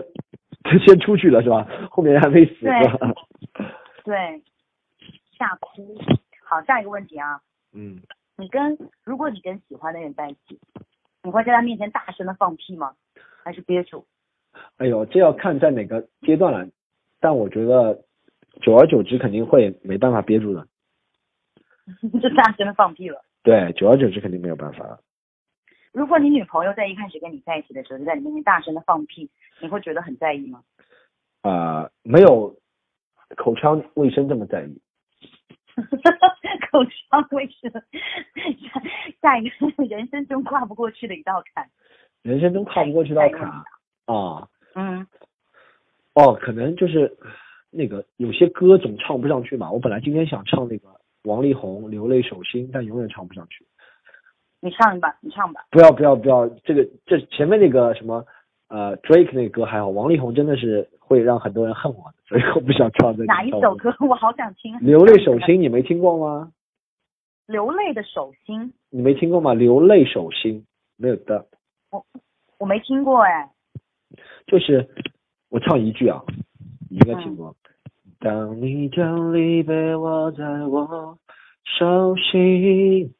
Speaker 1: 先出去了是吧？后面还没死
Speaker 2: 对
Speaker 1: 是吧？
Speaker 2: 对，吓哭。好，下一个问题啊，
Speaker 1: 嗯，
Speaker 2: 你跟如果你跟喜欢的人在一起，你会在他面前大声的放屁吗？还是憋住？
Speaker 1: 哎呦，这要看在哪个阶段了，但我觉得久而久之肯定会没办法憋住的。
Speaker 2: 就大声的放屁了。
Speaker 1: 对，久而久之肯定没有办法了。
Speaker 2: 如果你女朋友在一开始跟你在一起的时候就在你面前大声的放屁，你会觉得很在意吗？
Speaker 1: 啊、没有口腔卫生这么在意。
Speaker 2: 口腔卫生，下下一个人生中跨不过去的一道坎。
Speaker 1: 人生中跨不过去道坎啊、
Speaker 2: 嗯，
Speaker 1: 哦，可能就是那个有些歌总唱不上去嘛。我本来今天想唱那个王力宏《流泪手心》，但永远唱不上去。
Speaker 2: 你唱一吧，你唱吧。
Speaker 1: 不要不要不要，这个这前面那个什么呃 Drake 那个歌还好，王力宏真的是会让很多人恨我的，所以我不想唱这个。
Speaker 2: 哪一首歌？ 我好想听。啊
Speaker 1: 流泪手。心你没听过吗？
Speaker 2: 流泪的手心，
Speaker 1: 你没听过吗？流泪手心没有的，
Speaker 2: 我没听过哎。
Speaker 1: 就是我唱一句啊，你应该听
Speaker 2: 嗯
Speaker 1: 过。当你将离别握在我手心，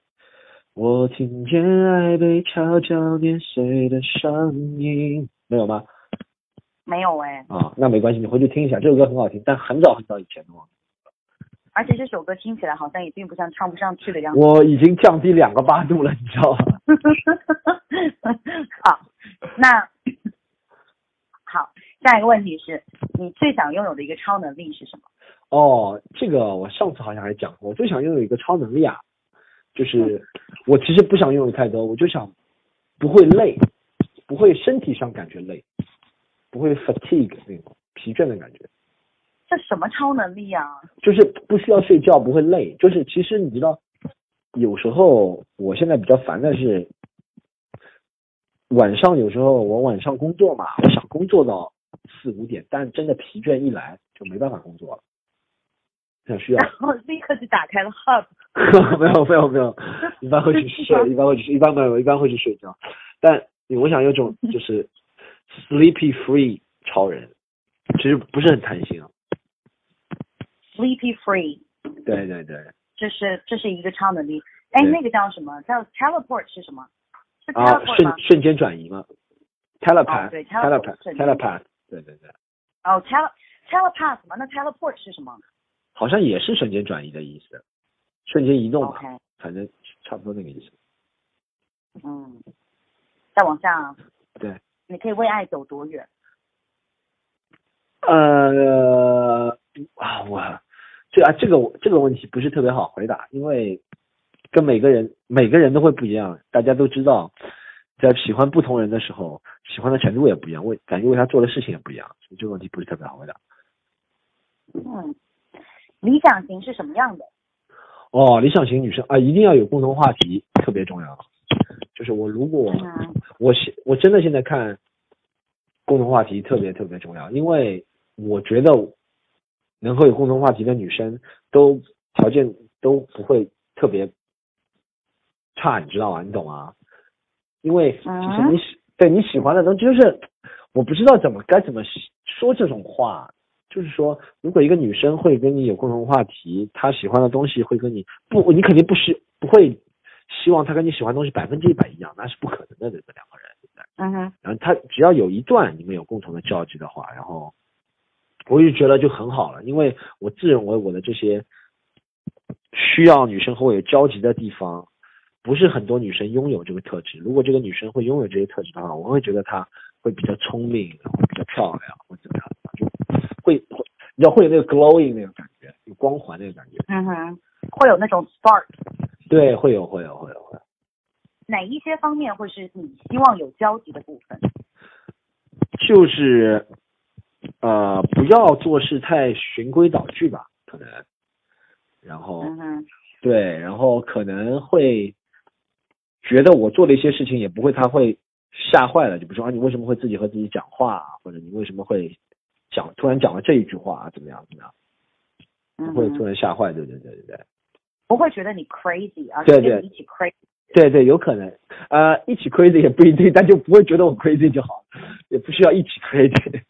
Speaker 1: 我听见爱被悄悄碾碎的声音，没有吗？
Speaker 2: 没有哎，
Speaker 1: 啊，那没关系，你回去听一下，这首歌很好听，但很早很早以前的了。
Speaker 2: 而且这首歌听起来好像也并不像唱不上去的样子。
Speaker 1: 我已经降低两个八度了，你知道吗？
Speaker 2: 好，那好，下一个问题是你最想拥有的一个超能力是什么？
Speaker 1: 哦，这个我上次好像还讲过，我最想拥有一个超能力啊，就是我其实不想拥有太多，我就想不会累，不会身体上感觉累，不会 fatigue 那种疲倦的感觉，
Speaker 2: 这什么超能力啊？
Speaker 1: 就是不需要睡觉，不会累。就是其实你知道，有时候我现在比较烦的是，晚上有时候我晚上工作嘛，我想工作到四五点，但真的疲倦一来就没办法工作了，想需要
Speaker 2: 然后立刻就打开了 Hub，
Speaker 1: 没有没有没有，一般会去睡，一般会去，一般没有，一般会去睡觉。但我想有种就是 sleepy free 超人，其实不是很贪心啊。
Speaker 2: Sleepy Free，
Speaker 1: 对对对，
Speaker 2: 这是这是一个超能力。哎，
Speaker 1: 对
Speaker 2: 那个叫什么？叫 Teleport 是什么？是
Speaker 1: 啊，
Speaker 2: Teleport 吗
Speaker 1: 瞬？瞬间转移嘛
Speaker 2: 哦对
Speaker 1: ，telepath，telepath，telepath，
Speaker 2: ，telepath，
Speaker 1: 对
Speaker 2: 瞬间
Speaker 1: 对对，
Speaker 2: 哦，Tele Telepath 吗？那 Teleport 是什么
Speaker 1: 好像也是瞬间转移的意思，瞬间移动吧
Speaker 2: ？OK，
Speaker 1: 反正差不多那个意思。
Speaker 2: 嗯，再往下，
Speaker 1: 对，
Speaker 2: 你可以为爱走多远？
Speaker 1: 呃，啊，我这啊这个我这个问题不是特别好回答，因为跟每个人每个人都会不一样，大家都知道，在喜欢不同人的时候，喜欢的程度也不一样，为感觉为他做的事情也不一样，所以这个问题不是特别好回答。
Speaker 2: 嗯，理想型是什么样的？
Speaker 1: 哦，理想型女生啊，一定要有共同话题，特别重要。就是我如果
Speaker 2: 嗯
Speaker 1: 我现我真的现在看共同话题特别特别重要，因为我觉得能够有共同话题的女生都条件都不会特别差，你知道吗？你懂吗？因为就是
Speaker 2: 嗯
Speaker 1: 你喜、对你喜欢的东西，就是我不知道怎么该怎么说这种话。就是说，如果一个女生会跟你有共同话题，她喜欢的东西会跟你不，你肯定不是不会希望她跟你喜欢的东西百分之一百一样，那是不可能的。这两个人，对不对？
Speaker 2: 嗯哼，
Speaker 1: 然后他只要有一段你们有共同的交集的话，然后我就觉得就很好了，因为我自认为我的这些需要女生和我有交集的地方，不是很多女生拥有这个特质。如果这个女生会拥有这些特质的话，我会觉得她会比较聪明，然后比较漂亮，或者怎么样，就会会你知道会有那个 glowing 那个感觉，有光环那个感觉。
Speaker 2: 嗯哼，会有那种 spark。
Speaker 1: 对，会有会有会有会有。
Speaker 2: 哪一些方面会是你希望有交集的部分？
Speaker 1: 就是呃，不要做事太循规蹈矩吧，可能，然后
Speaker 2: 嗯哼，
Speaker 1: 对，然后可能会觉得我做的一些事情也不会，他会吓坏了，就比如说啊，你为什么会自己和自己讲话啊，或者你为什么会讲突然讲了这一句话啊，怎么样怎么样，
Speaker 2: 嗯
Speaker 1: 会突
Speaker 2: 哼，
Speaker 1: 然吓坏，对对对对对。
Speaker 2: 不会觉得你 crazy，而
Speaker 1: 对
Speaker 2: 是
Speaker 1: 对
Speaker 2: 跟你一起 crazy。
Speaker 1: 对对，有可能，呃，一起 crazy 也不一定，但就不会觉得我 crazy 就好，也不需要一起 crazy。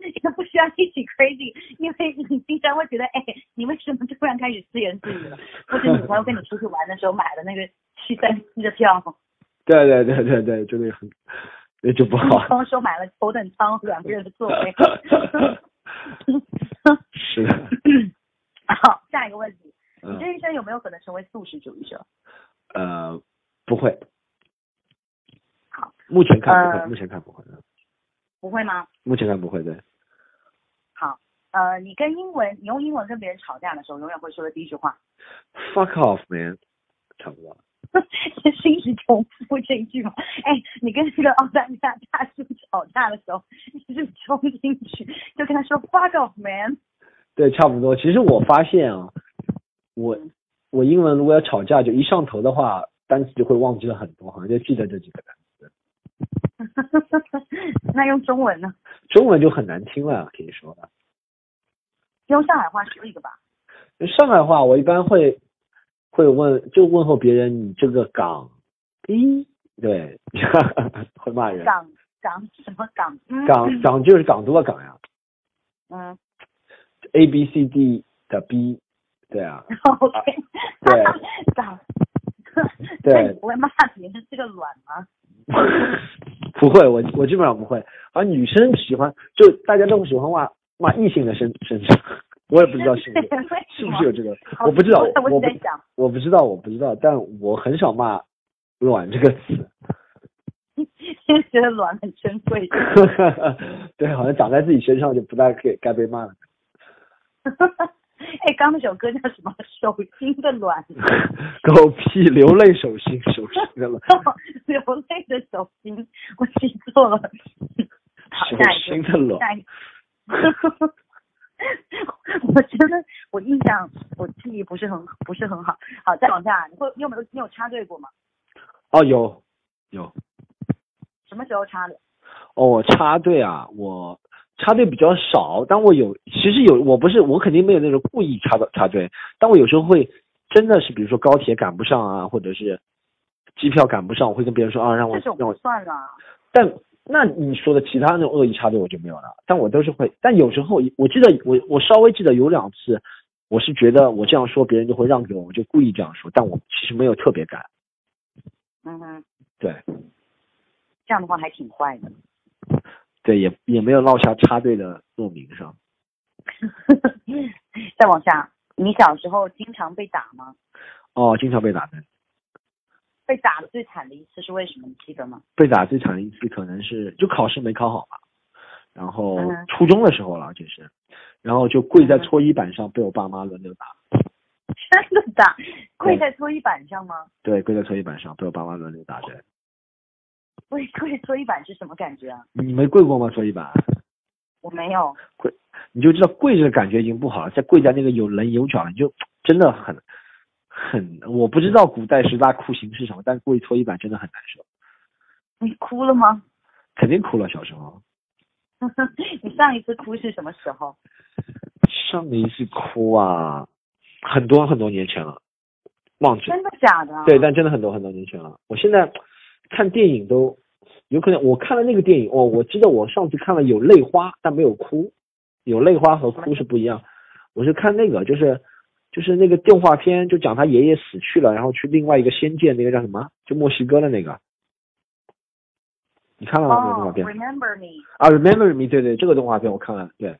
Speaker 2: 也不需要一起 crazy，因为你经常会觉得，哎，你为什么突然开始自言自语了？或者女朋友跟你出去玩的时候买了那个去三七的票，
Speaker 1: 对对对对对，就那个很，那就不好
Speaker 2: 女。朋友说买了头等舱两个人的座位。
Speaker 1: 是的，
Speaker 2: 好，下一个问题，你
Speaker 1: 嗯
Speaker 2: 这一生有没有可能成为素食主义者？
Speaker 1: 呃，不会。
Speaker 2: 好，
Speaker 1: 目前看不会，
Speaker 2: 呃
Speaker 1: 目前看不会，嗯
Speaker 2: 不会吗？
Speaker 1: 目前看不会，对。
Speaker 2: 好，呃，你跟英文，你用英文跟别人吵架的时候，永远会说的第一句话，
Speaker 1: Fuck off, man，差不多了。
Speaker 2: 是一直重复这一句吗？哎，你跟这个澳大利亚大叔吵架的时候，你是冲进去就跟他说 “fuck off man”，
Speaker 1: 对，差不多。其实我发现啊，我
Speaker 2: 嗯
Speaker 1: 我英文如果要吵架，就一上头的话，单词就会忘记了很多，好像就记得这几个单词。
Speaker 2: 那用中文呢？
Speaker 1: 中文就很难听了，可以说的。
Speaker 2: 用上海话说一个吧。
Speaker 1: 上海话我一般会会问，就问候别人，你这个港，咦，对， 会骂人。
Speaker 2: 港港什么港？嗯
Speaker 1: 港港就是港督的港呀
Speaker 2: 嗯
Speaker 1: ，A B C D 的 B，对啊，
Speaker 2: ，OK，
Speaker 1: 对
Speaker 2: 港。
Speaker 1: 对
Speaker 2: 那你不会骂别人是个卵吗？
Speaker 1: 不会，我我基本上不会。而女生喜欢，就大家都喜欢骂骂异性的身身上，我也不知道是不 是是不是有这个，
Speaker 2: 好
Speaker 1: 我不知道，
Speaker 2: 我
Speaker 1: 我
Speaker 2: 只
Speaker 1: 不
Speaker 2: 在想，
Speaker 1: 我不知道，我不知道，但我很少骂“卵”这个词。
Speaker 2: 真觉得卵很珍贵。
Speaker 1: 对，好像长在自己身上就不大该该被骂了。
Speaker 2: 哎，刚那首歌叫什么？ 手心的卵，
Speaker 1: 狗屁，流泪手心，手心 的了，
Speaker 2: 流泪的手心，我记错了。好，
Speaker 1: 手
Speaker 2: 下
Speaker 1: 心。
Speaker 2: 一个
Speaker 1: 的了。
Speaker 2: 下一个，我觉得我印象我记忆不是很不是很好。好，再往下，你会你有没有你有插队过吗？
Speaker 1: 哦，有有
Speaker 2: 什么时候插的？
Speaker 1: 哦，我插队啊，我插队比较少，但我有其实有，我不是我肯定没有那种故意插插队，但我有时候会真的是比如说高铁赶不上啊，或者是机票赶不上，我会跟别人说啊，让我
Speaker 2: 这种
Speaker 1: 让
Speaker 2: 不
Speaker 1: 我，
Speaker 2: 算啦。
Speaker 1: 但。那你说的其他那种恶意插队我就没有了，但我都是会，但有时候我记得我我稍微记得有两次，我是觉得我这样说别人就会让给我，我就故意这样说，但我其实没有特别敢，
Speaker 2: 嗯哼，
Speaker 1: 对
Speaker 2: 这样的话还挺坏的。
Speaker 1: 对，也也没有落下插队的恶名上。
Speaker 2: 嗯再往下，你小时候经常被打吗？
Speaker 1: 哦，经常被打的，
Speaker 2: 被打的最惨的一次是为什么？你记得 吗？
Speaker 1: 被打最惨的一次可能是就考试没考好嘛，然后
Speaker 2: 嗯
Speaker 1: 初中的时候了，就是，然后就跪在
Speaker 2: 嗯
Speaker 1: 搓衣板上被我爸妈轮流打，
Speaker 2: 真的打，跪在搓衣板上吗？
Speaker 1: 对，跪在搓衣板上被我爸妈轮流打对，
Speaker 2: 跪跪搓衣板是什么感觉啊？
Speaker 1: 你没跪过吗？搓衣板，
Speaker 2: 我没有，
Speaker 1: 你就知道跪着的感觉已经不好了，再跪在那个有棱有角的，你就真的很很，我不知道古代十大酷刑是什么，但跪搓衣板真的很难受，
Speaker 2: 你哭了吗？
Speaker 1: 肯定哭了，小时候。
Speaker 2: 你上一次哭是什么时候？
Speaker 1: 上一次哭啊，很多很多年前了，忘记了。
Speaker 2: 真的假的啊？
Speaker 1: 对，但真的很多很多年前了。我现在看电影都有可能，我看了那个电影，哦，我记得我上次看了有泪花，但没有哭。有泪花和哭是不一样。我是看那个，就是就是那个动画片，就讲他爷爷死去了，然后去另外一个仙界，那个叫什么？就墨西哥的那个。你看了吗？那个动
Speaker 2: 哦
Speaker 1: 画片
Speaker 2: ，Remember Me
Speaker 1: 啊，Remember Me，对对，这个动画片我看了，对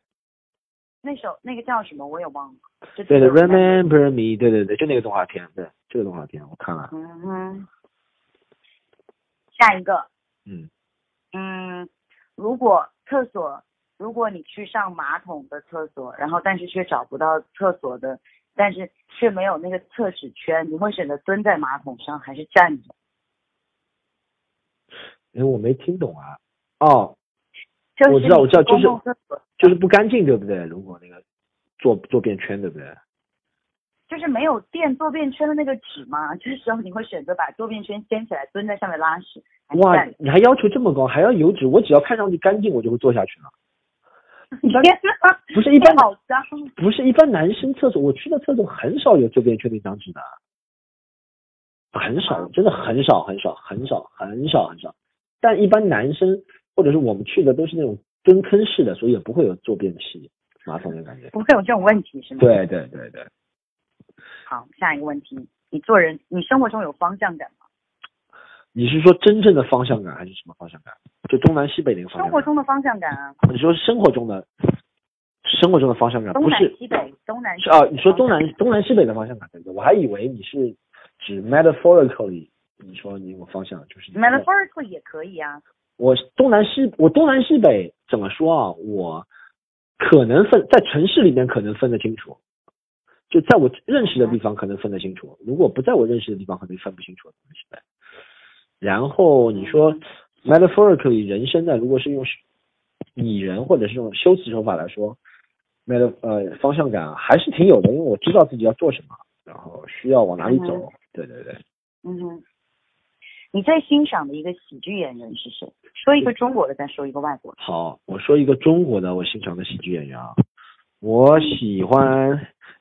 Speaker 2: 那首那个叫什么我也忘了。就
Speaker 1: 对对
Speaker 2: 只有 Remember
Speaker 1: ，Remember Me，对对对，就那个动画片，对这个动画片我看了，
Speaker 2: 嗯哼，下一个，
Speaker 1: 嗯，
Speaker 2: 嗯，如果厕所，如果你去上马桶的厕所，然后但是却找不到厕所的，但是却没有那个厕纸圈，你会选择蹲在马桶上还是站着？
Speaker 1: 因为我没听懂啊，哦，
Speaker 2: 就是
Speaker 1: 我知道我知道就是
Speaker 2: 你去公共厕所
Speaker 1: 就是不干净，对不对？如果那个坐坐便圈，对不对？
Speaker 2: 就是没有垫坐便圈的那个纸嘛，这时候你会选择把坐便圈掀起来蹲在上面拉屎，还是
Speaker 1: 哇
Speaker 2: 站着？，
Speaker 1: 你还要求这么高，还要油脂？我只要看上去干净，我就会坐下去 了。一般
Speaker 2: 天哪，
Speaker 1: 不是一般
Speaker 2: 这好脏，
Speaker 1: 不是一般男生厕所，我去的厕所很少有坐便圈那张纸的，很
Speaker 2: 嗯
Speaker 1: 少，真的很少很少很少很少很少。但一般男生或者是我们去的都是那种蹲坑式的，所以也不会有坐便器马桶的感觉。
Speaker 2: 不会有这种问题是吗？
Speaker 1: 对对对对，
Speaker 2: 好，下一个问题，你做人，你生活中有方向感吗？
Speaker 1: 你是说真正的方向感还是什么方向感？就东南西北那个方向
Speaker 2: 生
Speaker 1: 感
Speaker 2: 活？中的方向感啊，
Speaker 1: 你说生活中的生活中的方向感，
Speaker 2: 东
Speaker 1: 啊不
Speaker 2: 南
Speaker 1: 是
Speaker 2: 西北，东南西
Speaker 1: 是
Speaker 2: 北
Speaker 1: 啊？你说东南东南西北的方向感，对不对？我还以为你是指 metaphorically，你说你有方向就是你
Speaker 2: metaphorical 也可以啊。
Speaker 1: 我东南西我东南西北怎么说啊？我可能分在城市里面可能分得清楚，就在我认识的地方可能分得清楚，如果不在我认识的地方可能分不清楚东南西北。然后你说 metaphorically 人生呢，如果是用拟人或者是用修辞手法来说，meta 呃方向感还是挺有的，因为我知道自己要做什么，然后需要往哪里走
Speaker 2: 嗯。
Speaker 1: 对对对，
Speaker 2: 嗯哼，你最欣赏的一个喜剧演员是谁？说一个中国的，再说一个外国的。
Speaker 1: 好，我说一个中国的我欣赏的喜剧演员啊，我喜欢，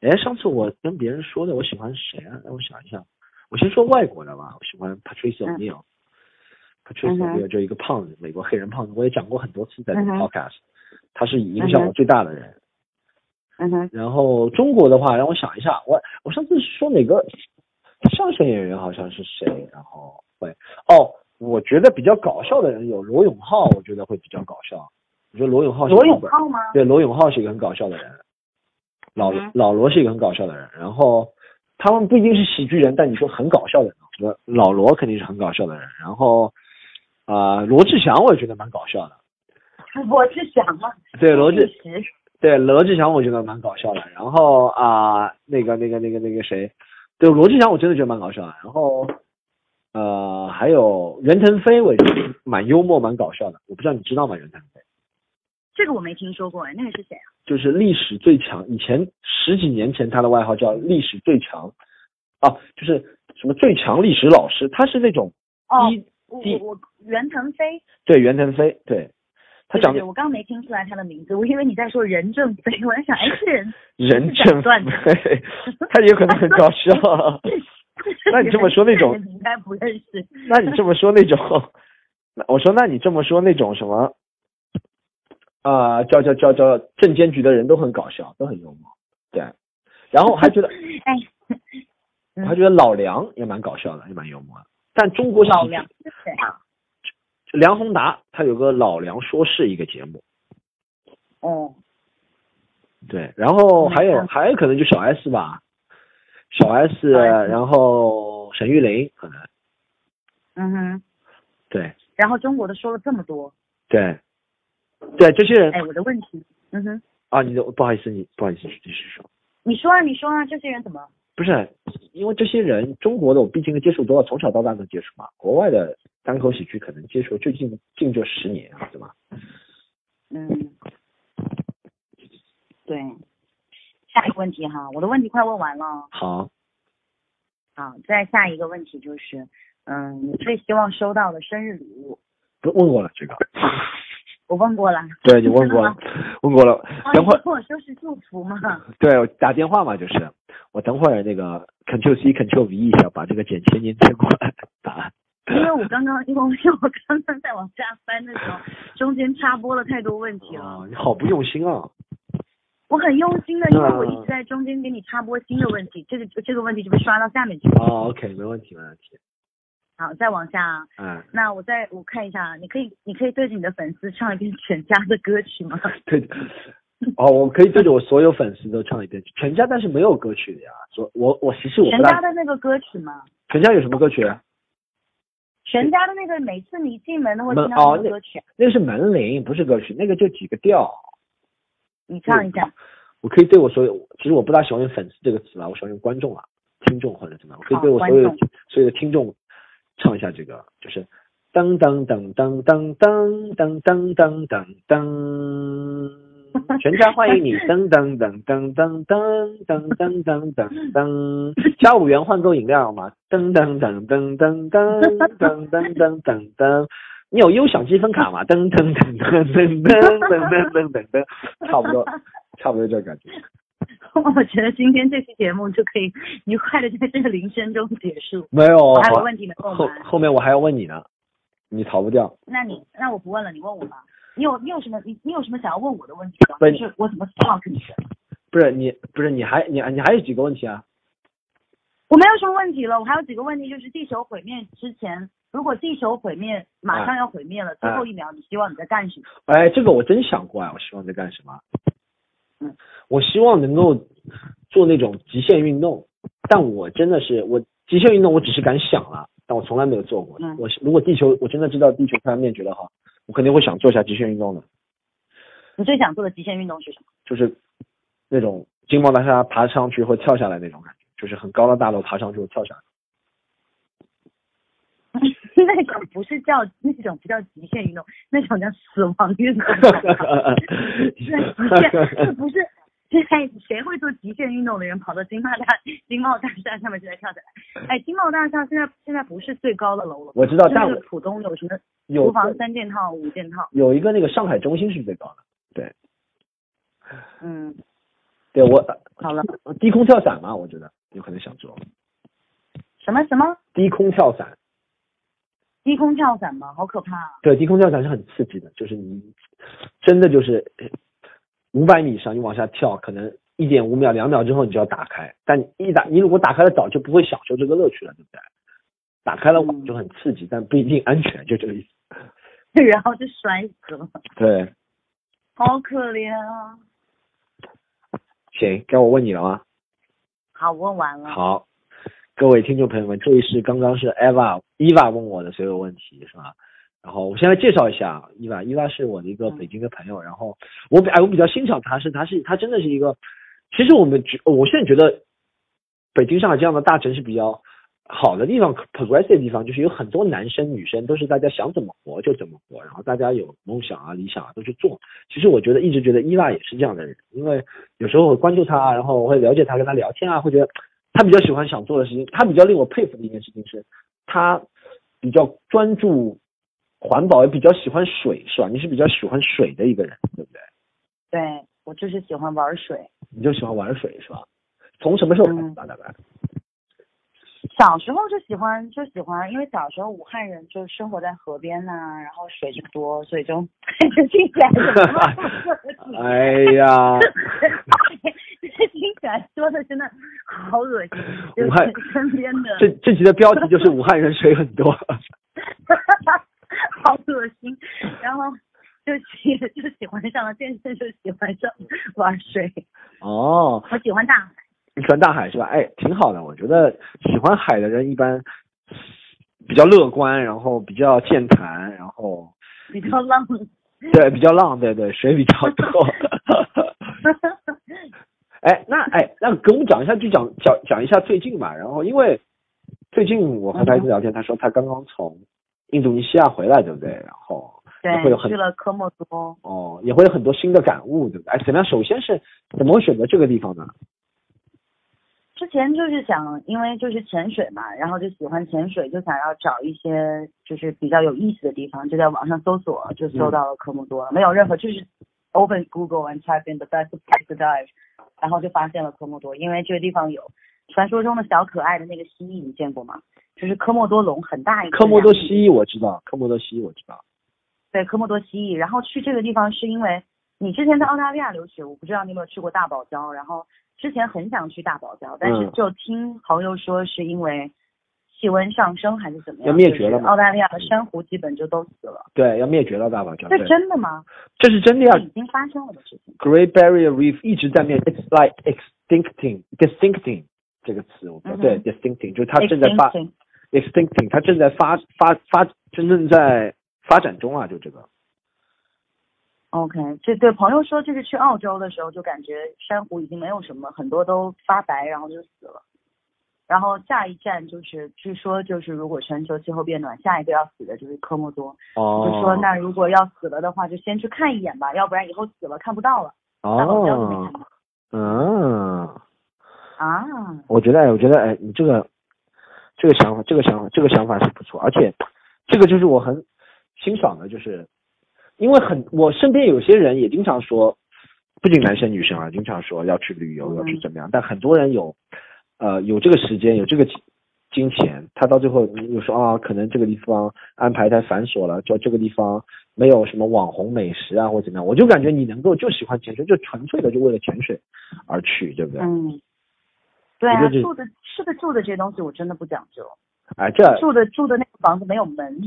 Speaker 1: 哎，上次我跟别人说的，我喜欢谁啊？让我想一想，我先说外国的吧，我喜欢 Patrice
Speaker 2: 嗯
Speaker 1: O'Neill、Patrice
Speaker 2: 嗯哼
Speaker 1: O'Neill 就一个胖子，美国黑人胖子，我也讲过很多次在这
Speaker 2: 嗯
Speaker 1: 个
Speaker 2: 哼
Speaker 1: podcast，、他是影响
Speaker 2: 嗯
Speaker 1: 我
Speaker 2: 哼
Speaker 1: 最大的人。
Speaker 2: 嗯哼，
Speaker 1: 然后中国的话，让我想一下，我我上次说哪个相声演员好像是谁？然后会哦，我觉得比较搞笑的人有罗永浩，我觉得会比较搞笑。我觉得罗永哦浩是
Speaker 2: 罗
Speaker 1: 一个
Speaker 2: 永
Speaker 1: 本
Speaker 2: 浩吗？
Speaker 1: 对，罗永浩是一个很搞笑的人，老
Speaker 2: 嗯
Speaker 1: 老罗是一个很搞笑的人。然后他们不一定是喜剧人，但你说很搞笑的人，我觉得老罗肯定是很搞笑的人。然后啊、罗志祥我也觉得蛮搞笑的，
Speaker 2: 罗志祥吗？
Speaker 1: 对罗志
Speaker 2: 一时
Speaker 1: 对罗志祥我觉得蛮搞笑的。然后啊、那个那个那个那个谁，对罗志祥我真的觉得蛮搞笑的。然后呃，还有任腾飞，我也觉得蛮幽默蛮搞笑的。我不知道你知道吗？任腾飞
Speaker 2: 这个我没听说过，哎，那个是谁啊？
Speaker 1: 就是历史最强，以前十几年前他的外号叫历史最强，啊，就是什么最强历史老师，他是那种
Speaker 2: 哦
Speaker 1: 一，
Speaker 2: 我
Speaker 1: 第
Speaker 2: 我我袁腾飞，
Speaker 1: 对袁腾飞，对他
Speaker 2: 对
Speaker 1: 长
Speaker 2: 对对，
Speaker 1: 得
Speaker 2: 我刚没听出来他的名字，我以为你在说任正非，我在想，哎，是 人，
Speaker 1: 人
Speaker 2: 是讲
Speaker 1: 正
Speaker 2: 段子
Speaker 1: 非， 他也可能很搞 笑。那你这么说那种
Speaker 2: 你应该不认识。
Speaker 1: 那你这么说那种，那我说那你这么说那种什么，啊、叫叫叫叫证监局的人都很搞笑，都很幽默，对。然后还 觉得
Speaker 2: 哎， 嗯
Speaker 1: 还觉得老梁也蛮搞笑的，也蛮幽默的。但中国喜剧
Speaker 2: 老梁是谁啊？
Speaker 1: 梁宏达他有个老梁说事一个节目，
Speaker 2: 哦，
Speaker 1: 对，然后还
Speaker 2: 没
Speaker 1: 有
Speaker 2: 看
Speaker 1: 还有可能就小 S 吧，小 S，
Speaker 2: 小 S
Speaker 1: 然后沈玉琳可能，
Speaker 2: 嗯哼。
Speaker 1: 对
Speaker 2: 然后中国的说了这么多，
Speaker 1: 对对，这些人
Speaker 2: 哎，我的问题，嗯哼，
Speaker 1: 啊，你的不好意思，你不好意思，继续说，
Speaker 2: 你说啊，你说啊，这些人怎么？
Speaker 1: 不是因为这些人中国的我毕竟接触多了，从小到大都接触嘛，国外的单口喜剧可能接触就近近这十年，啊对吧？
Speaker 2: 嗯，对。下一个问题哈，我的问题快问完了。
Speaker 1: 好，
Speaker 2: 好，再下一个问题就是，嗯，你最希望收到的生日礼物？
Speaker 1: 不问过了这个，
Speaker 2: 我问过了，
Speaker 1: 对你问过了，问过了，
Speaker 2: 啊
Speaker 1: 等
Speaker 2: 你
Speaker 1: 会
Speaker 2: 不跟我说是祝福吗？
Speaker 1: 对，我打电话嘛，就是我等会儿那个 Ctrl C Ctrl V 一下，把这个剪切粘贴过来答案。
Speaker 2: 因为我刚刚，因为我刚刚在往下翻的时 候，中间插播了太多问题了
Speaker 1: 啊，。你好不用心啊！
Speaker 2: 我很用心的，因为我一直在中间给你插播新的问题，这个这个问题就被刷到下面去了。
Speaker 1: 啊，OK，没问题，没问题。
Speaker 2: 好，再往下，
Speaker 1: 哎，
Speaker 2: 那我再我看一下啊，你可以你可以对着你的粉丝唱一遍全家的歌曲吗？
Speaker 1: 对，哦，我可以对着我所有粉丝都唱一遍《全家》，但是没有歌曲的呀。所我我其实我
Speaker 2: 全
Speaker 1: 不
Speaker 2: 家
Speaker 1: 大，
Speaker 2: 的那个歌曲吗？
Speaker 1: 全家有什么歌曲？啊
Speaker 2: 全家的那个，每次你一进门都会
Speaker 1: 门
Speaker 2: 听到
Speaker 1: 哦那
Speaker 2: 那个歌曲，
Speaker 1: 那个是门铃，不是歌曲，那个就几个调。
Speaker 2: 你唱一下。
Speaker 1: 我可以对我所有，其实我不大喜欢用粉丝这个词了，我喜欢用观众啊、听众或者怎么样。我可以对我所有
Speaker 2: 好观众
Speaker 1: 所有的听众唱一下这个，就是当当当当当当当当当当当，全家欢迎你！当当当当当当当当当当当，加五元换购饮料嘛！当当当当当当当当当当当。你有优享积分卡吗？噔噔噔噔噔噔噔噔噔噔，差不多，差不多这感觉。
Speaker 2: 我觉得今天这期节目就可以愉快的在这个铃声中结束。
Speaker 1: 没有，
Speaker 2: 我还有问题没问
Speaker 1: 哦后
Speaker 2: 完，
Speaker 1: 后面我还要问你呢，你逃不掉。
Speaker 2: 那你那我不问了，你问我吧。你有你有什么你你有什么想要问我的问题吗？
Speaker 1: 问
Speaker 2: 就是我怎么 talk 你的？
Speaker 1: 不是你，不是你还你你还有几个问题啊？
Speaker 2: 我没有什么问题了，我还有几个问题，就是地球毁灭之前，如果地球毁灭马
Speaker 1: 嗯
Speaker 2: 上要毁灭了，最后一秒你希望你在干什么？
Speaker 1: 哎，这个我真想过啊，我希望在干什么？
Speaker 2: 嗯，
Speaker 1: 我希望能够做那种极限运动，但我真的是我极限运动，我只是敢想了，但我从来没有做过。
Speaker 2: 嗯
Speaker 1: 我如果地球我真的知道地球突然灭绝了哈，我肯定会想做一下极限运动的，
Speaker 2: 你最想做的极限运动是什么？
Speaker 1: 就是那种金茂大厦爬上去或跳下来那种感觉，就是很高的大楼爬上去或 跳下来。
Speaker 2: 那种不是叫那种不叫极限运动，那种叫死亡运动。 是极限，这不是。现在谁会做极限运动的人跑到金茂大金茂大厦上面去来跳下来？哎，金茂大厦现在现在不是最高的楼了，
Speaker 1: 我知道，
Speaker 2: 就
Speaker 1: 但
Speaker 2: 那
Speaker 1: 我
Speaker 2: 个浦东有什么
Speaker 1: 有
Speaker 2: 厨房三件套、五件套，
Speaker 1: 有一个那个上海中心是最高的。
Speaker 2: 嗯，
Speaker 1: 对我
Speaker 2: 好了，
Speaker 1: 低空跳伞嘛，我觉得有可能想做
Speaker 2: 什么什么
Speaker 1: 低空跳伞。
Speaker 2: 低空跳伞吗？好可怕、啊！
Speaker 1: 对，低空跳伞是很刺激的，就是你真的就是五百米以上你往下跳，可能一点五秒、两秒之后你就要打开，但你一打你如果打开了早就不会享受这个乐趣了，对不对？打开了网就很刺激，但不一定安全，就这个意思。
Speaker 2: 然后就摔死了，
Speaker 1: 对，
Speaker 2: 好可怜啊！
Speaker 1: 行，该我问你了啊吗？
Speaker 2: 好，问完了。
Speaker 1: 好，各位听众朋友们，这位是刚刚是 Eva Eva 问我的所有问题是吧？然后我先来介绍一下啊 Eva Eva 是我的一个
Speaker 2: 嗯
Speaker 1: 北京的朋友，然后我比哎我比较欣赏他是他是他真的是一个，其实我们觉我现在觉得北京上海这样的大城市比较好的地方，progressive 的地方就是有很多男生女生都是大家想怎么活就怎么活，然后大家有梦想啊理想啊都去做。其实我觉得一直觉得伊娃也是这样的人，因为有时候我关注他，然后我会了解他，跟他聊天啊，会觉得他比较喜欢想做的事情，他比较令我佩服的一件事情是，他比较专注环保，也比较喜欢水，是吧？你是比较喜欢水的一个人，对不对？
Speaker 2: 对我就是喜欢玩水，
Speaker 1: 你就喜欢玩水，是吧？从什么时候开始吧？大概
Speaker 2: 小时候就喜欢就喜欢，因为小时候武汉人就生活在河边呐、然后水就多，所以就 就听起来怎么那么 恶心
Speaker 1: 哎呀，
Speaker 2: 这听起来说的真的好恶心，就
Speaker 1: 武汉
Speaker 2: 是身边的
Speaker 1: 这这集的标题就是武汉人水很多。
Speaker 2: 好恶心，然后就喜就喜欢上了健身，就喜欢上玩水，
Speaker 1: 哦，
Speaker 2: 我喜欢大海，
Speaker 1: 你喜欢大海是吧？哎，挺好的，我觉得喜欢海的人一般比较乐观，然后比较健谈，然后
Speaker 2: 比较浪。
Speaker 1: 对比较浪，对对，水比较 多。哎，那哎，那给我们讲一下，就讲讲讲一下最近吧。然后因为最近我
Speaker 2: 嗯
Speaker 1: 和他一直聊天，他说他刚刚从印度尼西亚回来，对不对？然后会有
Speaker 2: 对，
Speaker 1: 很
Speaker 2: 去了科莫多。
Speaker 1: 哦，也会有很多新的感悟，对不对？哎，怎么样？首先是怎么会选择这个地方呢？
Speaker 2: 之前就是想，因为就是潜水嘛，然后就喜欢潜水，就想要找一些就是比较有意思的地方，就在网上搜索，就
Speaker 1: 嗯
Speaker 2: 搜到了科莫多，没有任何就是 open Google and type in the best place to dive，然后就发现了科莫多，因为这个地方有传说中的小可爱的那个蜥蜴，你见过吗？就是科莫多龙很大一个，
Speaker 1: 科莫多蜥蜴我知道，科莫多蜥蜴我知道。
Speaker 2: 对，科莫多蜥蜴。然后去这个地方是因为你之前在澳大利亚留学，我不知道你有没有去过大堡礁。然后之前很想去大堡礁，但是
Speaker 1: 嗯
Speaker 2: 就听朋友说是因为气温上升还是怎么
Speaker 1: 要
Speaker 2: 样，
Speaker 1: 灭
Speaker 2: 就
Speaker 1: 绝了
Speaker 2: 是
Speaker 1: 嘛
Speaker 2: 澳大利亚的珊瑚基本就都死了。
Speaker 1: 对，要灭绝了大堡礁。嗯
Speaker 2: 这
Speaker 1: 对，啊
Speaker 2: 真的嗯吗？
Speaker 1: 这是真的
Speaker 2: 这
Speaker 1: 要
Speaker 2: 已经发生了的事情。
Speaker 1: Great Barrier Reef 一直在面，It's like extincting distincting 这个词，我不知道
Speaker 2: 嗯哼
Speaker 1: 对 distincting 就是它正在发
Speaker 2: Extinction
Speaker 1: extincting，它正在发发发真正在发展中啊，就这个。
Speaker 2: OK，这对朋友说，就是去澳洲的时候，就感觉珊瑚已经没有什么，很多都发白，然后就死了。然后下一站就是，据说就是如果全球气候变暖，下一个要死的就是科莫多。
Speaker 1: 哦，
Speaker 2: 就说那如果要死了的话，就先去看一眼吧，要不然以后死了看不到了。大堡礁就没
Speaker 1: 哦
Speaker 2: 看，到
Speaker 1: 嗯，
Speaker 2: 啊，
Speaker 1: 我觉得，哎我觉得，哎，你这个这个想法，这个想法，这个想法是不错，而且这个就是我很欣赏的，就是因为很我身边有些人也经常说，不仅男生女生啊，经常说要去旅游，
Speaker 2: 嗯
Speaker 1: 要去怎么样，但很多人有呃有这个时间，有这个金金钱，他到最后又说啊，可能这个地方安排太繁琐了，就这个地方没有什么网红美食啊或者怎么样，我就感觉你能够就喜欢潜水，就纯粹的就为了潜水而去，对不对？
Speaker 2: 嗯，对
Speaker 1: 我觉
Speaker 2: 啊，
Speaker 1: 得这
Speaker 2: 住的吃的住的这些东西我真的不讲究，
Speaker 1: 哎，这
Speaker 2: 住的住的那个房子没有门，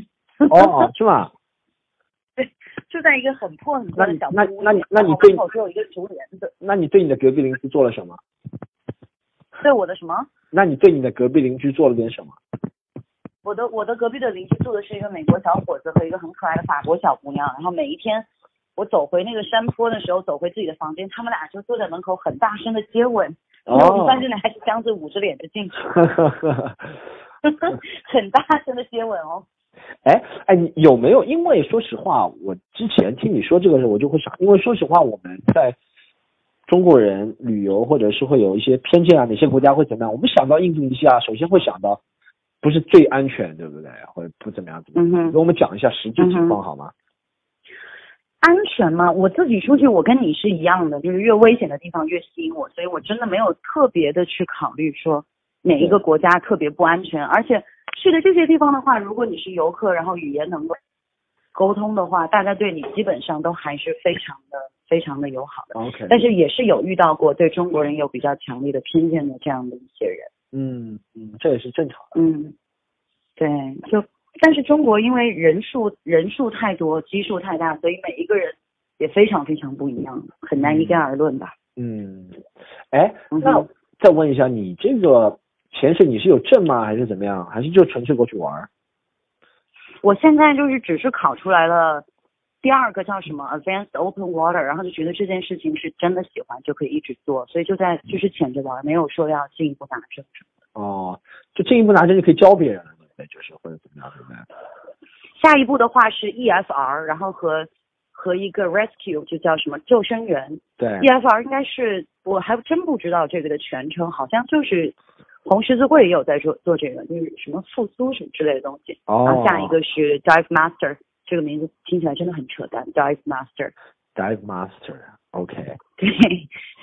Speaker 1: 哦，是吗？
Speaker 2: 住在一个很破很破的小木屋里，
Speaker 1: 那你那那你
Speaker 2: 然后
Speaker 1: 对
Speaker 2: 门口只有一个竹帘子，
Speaker 1: 那你对你的隔壁邻居做了什么？
Speaker 2: 对我的什么？
Speaker 1: 那你对你的隔壁邻居做了点什么？
Speaker 2: 我的我的隔壁的邻居住的是一个美国小伙子和一个很可爱的法国小姑娘，然后每一天我走回那个山坡的时候，走回自己的房间，他们俩就坐在门口很大声的接吻，然后我
Speaker 1: 哦
Speaker 2: 一般这俩还是这样子捂着脸的进去， 很大声的接吻哦。
Speaker 1: 哎哎，你有没有？因为说实话，我之前听你说这个时候，我就会想，因为说实话，我们在中国人旅游或者是会有一些偏见啊，哪些国家会怎么样？我们想到印度尼西亚，首先会想到不是最安全，对不对？或者不怎么样怎么样？
Speaker 2: 嗯哼
Speaker 1: 你给我们讲一下实际情况好吗？
Speaker 2: 安全吗？我自己出去，我跟你是一样的，就是越危险的地方越吸引我，所以我真的没有特别的去考虑说哪一个国家特别不安全。而且去的这些地方的话，如果你是游客，然后语言能够沟通的话，大家对你基本上都还是非常的非常的友好的。
Speaker 1: OK，
Speaker 2: 嗯但是也是有遇到过对中国人有比较强烈的偏见的这样的一些人。
Speaker 1: 嗯嗯，这也是正常的。
Speaker 2: 嗯，对，就但是中国因为人数人数太多，基数太大，所以每一个人也非常非常不一样，很难一概而论吧。
Speaker 1: 嗯，哎，
Speaker 2: 嗯
Speaker 1: 那
Speaker 2: 哼
Speaker 1: 再问一下，你这个潜水你是有证吗？还是怎么样？还是就纯粹过去玩儿？
Speaker 2: 我现在就是只是考出来了第二个叫什么 Advanced Open Water，然后就觉得这件事情是真的喜欢，就可以一直做，所以就在就是潜着玩，没有说要进一步拿证。
Speaker 1: 哦，就进一步拿证就可以教别人了，对不对？就是或者怎么样，对不对？
Speaker 2: 下一步的话是 EFR，然后和和一个 Rescue 就叫什么救生员
Speaker 1: 对，
Speaker 2: ，EFR E 应该是我还真不知道这个的全称，好像就是红十字会也有在做做这个，就是什么复苏什么之类的东西。然
Speaker 1: 哦
Speaker 2: 后，啊下一个是 Dive Master，这个名字听起来真的很扯淡，Dive Master。
Speaker 1: Dive Master，OK、
Speaker 2: 对，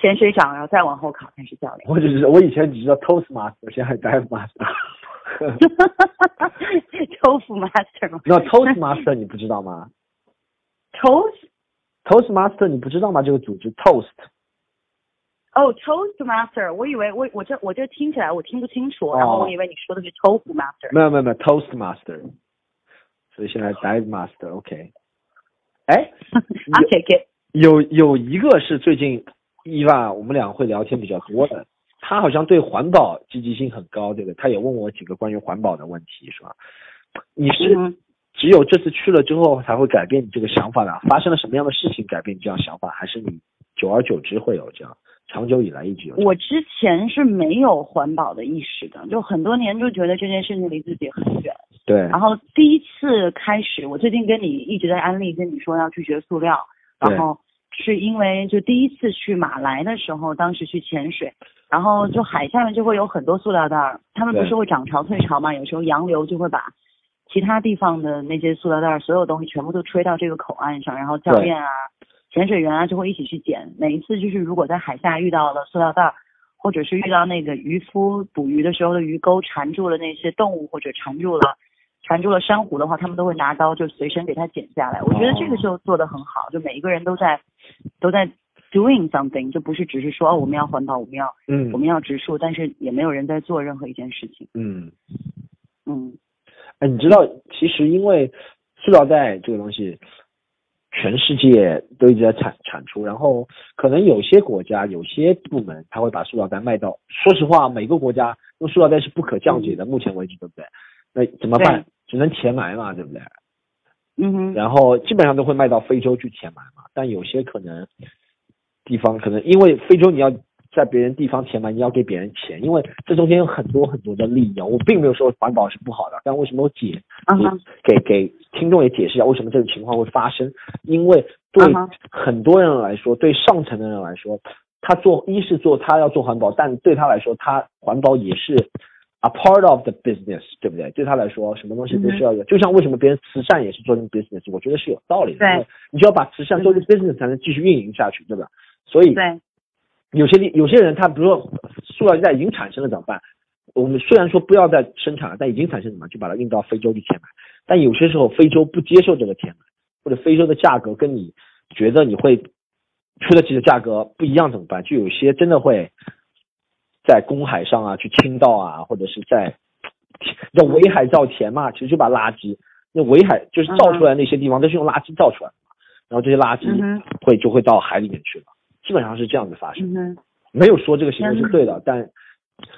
Speaker 2: 潜水长，然后再往后考才是教 练。
Speaker 1: 我只是我以前只知道 Toast Master，现在还 Dive Master。
Speaker 2: 托福 master 吗？
Speaker 1: 那 Toast Master 你不知道吗
Speaker 2: toast
Speaker 1: ？Toast Master 你不知道吗？这个组织 Toast
Speaker 2: 哦、toast master，我以为我我这我这听起来我听不清楚，
Speaker 1: 哦
Speaker 2: 然后我以为你说的是托福 master。
Speaker 1: 没有没有没有 Toast Master，所以现在 Dive Master，OK、哎，
Speaker 2: 而且给
Speaker 1: 有有一个是最近伊娃我们俩会聊天比较多的，他好像对环保积极性很高，对不对？他也问我几个关于环保的问题，是吧？你是
Speaker 2: 嗯，
Speaker 1: 只有这次去了之后才会改变你这个想法的啊？发生了什么样的事情改变你这样想法？还是你久而久之会有这样？长久以来一直有这样？
Speaker 2: 我之前是没有环保的意识的，就很多年就觉得这件事情离自己很远。
Speaker 1: 对
Speaker 2: 然后第一次开始，我最近跟你一直在安利，跟你说要拒绝塑料，然后是因为就第一次去马来的时候，当时去潜水，然后就海下面就会有很多塑料袋儿，他们不
Speaker 1: 对
Speaker 2: 是会涨潮退潮嘛，有时候洋流就会把其他地方的那些塑料袋儿所有东西全部都吹到这个口岸上，然后教
Speaker 1: 对
Speaker 2: 练啊、潜水员啊就会一起去捡。每一次就是如果在海下遇到了塑料袋儿，或者是遇到那个渔夫捕鱼的时候的鱼钩缠住了那些动物，或者缠住了缠住了珊瑚的话，他们都会拿刀就随身给它剪下来。我觉得
Speaker 1: 哦
Speaker 2: 这个就做的很好，就每一个人都在都在 doing something，就不是只是说哦我们要环保，我们要
Speaker 1: 嗯
Speaker 2: 我们要植树，但是也没有人在做任何一件事情。
Speaker 1: 嗯，
Speaker 2: 嗯，
Speaker 1: 哎，你知道，其实因为塑料袋这个东西，全世界都一直在产产出，然后可能有些国家、有些部门，它会把塑料袋卖到。说实话，每个国家用塑料袋是不可降解的，目前为止，对不对？那怎么办
Speaker 2: 对？
Speaker 1: 只能填埋嘛，对不对？
Speaker 2: 嗯哼，
Speaker 1: 然后基本上都会卖到非洲去填埋嘛，但有些可能地方可能因为非洲你要在别人地方填埋，你要给别人钱，因为这中间有很多很多的利益啊。我并没有说环保是不好的，但为什么我解
Speaker 2: 嗯哼，
Speaker 1: 给给听众也解释一下为什么这种情况会发生，因为对
Speaker 2: 嗯哼
Speaker 1: 很多人来说，对上层的人来说，他做一是做他要做环保，但对他来说，他环保也是 a part of the business，对不对？对他来说，什么东西
Speaker 2: 嗯
Speaker 1: 都是要有，就像为什么别人慈善也是做成 business，我觉得是有道理的，
Speaker 2: 对嗯
Speaker 1: 因为你就要把慈善做成 business 才能继续运营下去，对吧？所以
Speaker 2: 对，
Speaker 1: 有些地有些人他比如说塑料袋已经产生了怎么办？我们虽然说不要再生产了，但已经产生怎么办就把它运到非洲去填埋。但有些时候非洲不接受这个填埋，或者非洲的价格跟你觉得你会出得起的价格不一样怎么办？就有些真的会在公海上啊去倾倒啊，或者是在叫围海造田嘛，其实就把垃圾那围海就是造出来那些地方都是用垃圾造出来的嘛，然后这些垃圾
Speaker 2: 嗯哼
Speaker 1: 会就会到海里面去了，基本上是这样子发生。
Speaker 2: 嗯哼，
Speaker 1: 没有说这个行
Speaker 2: 嗯
Speaker 1: 为是对的，但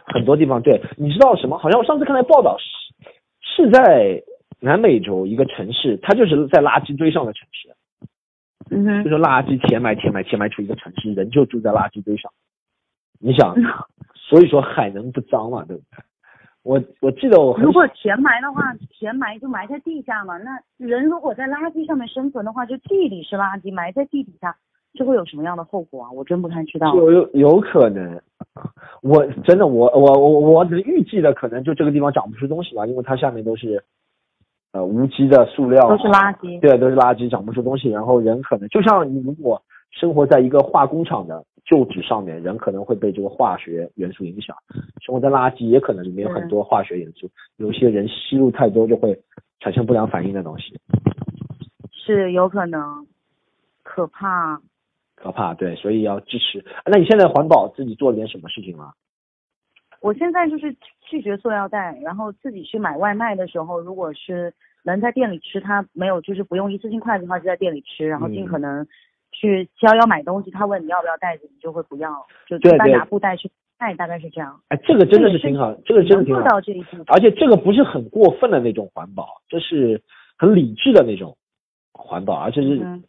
Speaker 1: 很多地方对。你知道什么？好像我上次看到报道是是在南美洲一个城市，它就是在垃圾堆上的城市，
Speaker 2: 嗯
Speaker 1: 就
Speaker 2: 哼，
Speaker 1: 是垃圾填埋、填埋、填埋出一个城市，人就住在垃圾堆上。你想，
Speaker 2: 嗯
Speaker 1: 所以说海能不脏嘛，对不对？我我记得我很
Speaker 2: 如果填埋的话，填埋就埋在地下嘛。那人如果在垃圾上面生存的话，就地里是垃圾，埋在地底下，这会有什么样的后果啊？我真不太知道。
Speaker 1: 就有有可能，我真的我我我我能预计的可能就这个地方长不出东西吧，因为它下面都是呃无机的塑料啊，
Speaker 2: 都是垃圾
Speaker 1: 对，都是垃圾，长不出东西。然后人可能就像你如果生活在一个化工厂的旧址上面，人可能会被这个化学元素影响；生活在垃圾也可能里面有很多化学元素，有些人吸入太多就会产生不良反应的东西，
Speaker 2: 是有可能，可怕。
Speaker 1: 哎可怕。对，所以要支持。那你现在环保自己做了点什么事情吗？
Speaker 2: 我现在就是拒绝塑料袋，然后自己去买外卖的时候，如果是能在店里吃，它没有就是不用一次性筷子的话，就在店里吃，然后尽
Speaker 1: 嗯
Speaker 2: 可能去幺幺买东西，他问你要不要袋子，你就会不要，就
Speaker 1: 对
Speaker 2: 一般
Speaker 1: 对
Speaker 2: 拿布袋去带，大概是这样。
Speaker 1: 哎，这个真的是挺好，这个真的
Speaker 2: 能
Speaker 1: 挺
Speaker 2: 做
Speaker 1: 好，
Speaker 2: 到这一步，
Speaker 1: 而且这个不是很过分的那种环保，这是很理智的那种环保，而且是、
Speaker 2: 嗯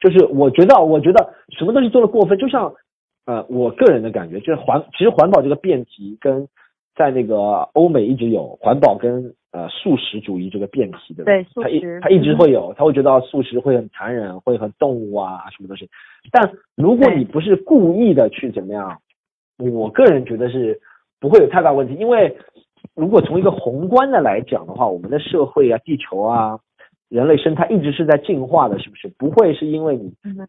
Speaker 1: 就是我觉得我觉得什么东西做的过分，就像呃我个人的感觉，就是环其实环保这个辩题跟在那个欧美一直有环保跟呃素食主义这个辩题，对吧？
Speaker 2: 对素
Speaker 1: 他一
Speaker 2: 食，嗯
Speaker 1: 他一直会有，他会觉得素食会很残忍，会很动物啊什么东西。但如果
Speaker 2: 对
Speaker 1: 你不是故意的去怎么样，我个人觉得是不会有太大问题，因为如果从一个宏观的来讲的话，我们的社会啊、地球啊、人类生态一直是在进化的，是不是？不会是因为你
Speaker 2: 嗯哼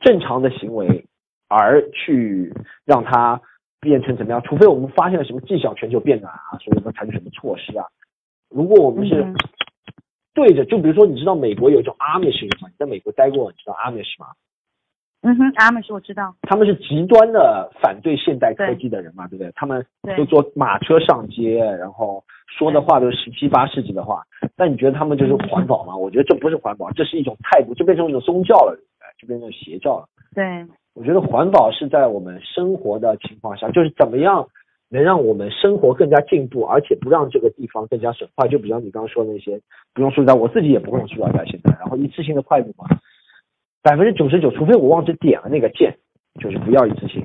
Speaker 1: 正常的行为而去让它变成怎么样？除非我们发现了什么技巧全球变暖啊，所以我们采取什么措施啊。如果我们是
Speaker 2: 嗯哼
Speaker 1: 对着，就比如说，你知道美国有一种阿美什人吗？你在美国待过，你知道阿美什吗？
Speaker 2: 嗯哼，阿美是我知道，
Speaker 1: 他们是极端的反对现代科技的人嘛，对不对？他们
Speaker 2: 对
Speaker 1: 就坐马车上街，然后说的话都是十七八世纪的话。那你觉得他们就是环保吗？我觉得这不是环保，这是一种态度，就变成一种宗教了，对不对？就变成一种邪教了。
Speaker 2: 对
Speaker 1: 我觉得环保是在我们生活的情况下，就是怎么样能让我们生活更加进步，而且不让这个地方更加损坏。就比如你刚刚说的那些不用塑料袋，我自己也不会用塑料袋现在。然后一次性的筷子嘛，百分之九十九，除非我忘记点了那个键，就是不要一次性。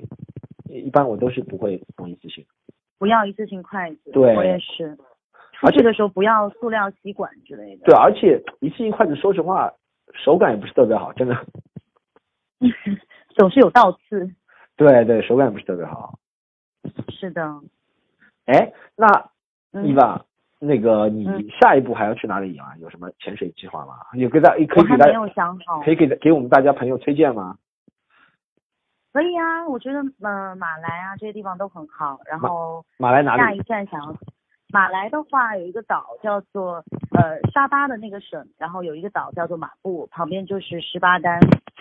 Speaker 1: 一一般我都是不会用一次性，
Speaker 2: 不要一次性筷子，
Speaker 1: 对
Speaker 2: 我也是。出
Speaker 1: 而且
Speaker 2: 去的时候不要塑料吸管之类的。
Speaker 1: 对，而且一次性筷子说实话手感也不是特别好，真的，
Speaker 2: 对，总是有倒刺。
Speaker 1: 对对，手感也不是特别好。
Speaker 2: 是的，
Speaker 1: 哎，那
Speaker 2: 嗯
Speaker 1: 伊娃，那个你
Speaker 2: 嗯
Speaker 1: 下一步还要去哪里啊？有什么潜水计划吗？有给大，可
Speaker 2: 我
Speaker 1: 以
Speaker 2: 还
Speaker 1: 给
Speaker 2: 没
Speaker 1: 大，
Speaker 2: 有想好
Speaker 1: 可。以给给我们大家朋友推荐吗？
Speaker 2: 可以啊，我觉得呃马来啊这些地方都很好。然后
Speaker 1: 马来哪
Speaker 2: 下
Speaker 1: 里
Speaker 2: 一？站想要马来的话，有一个岛叫做呃沙巴的那个省，然后有一个岛叫做马布，旁边就是十八丹，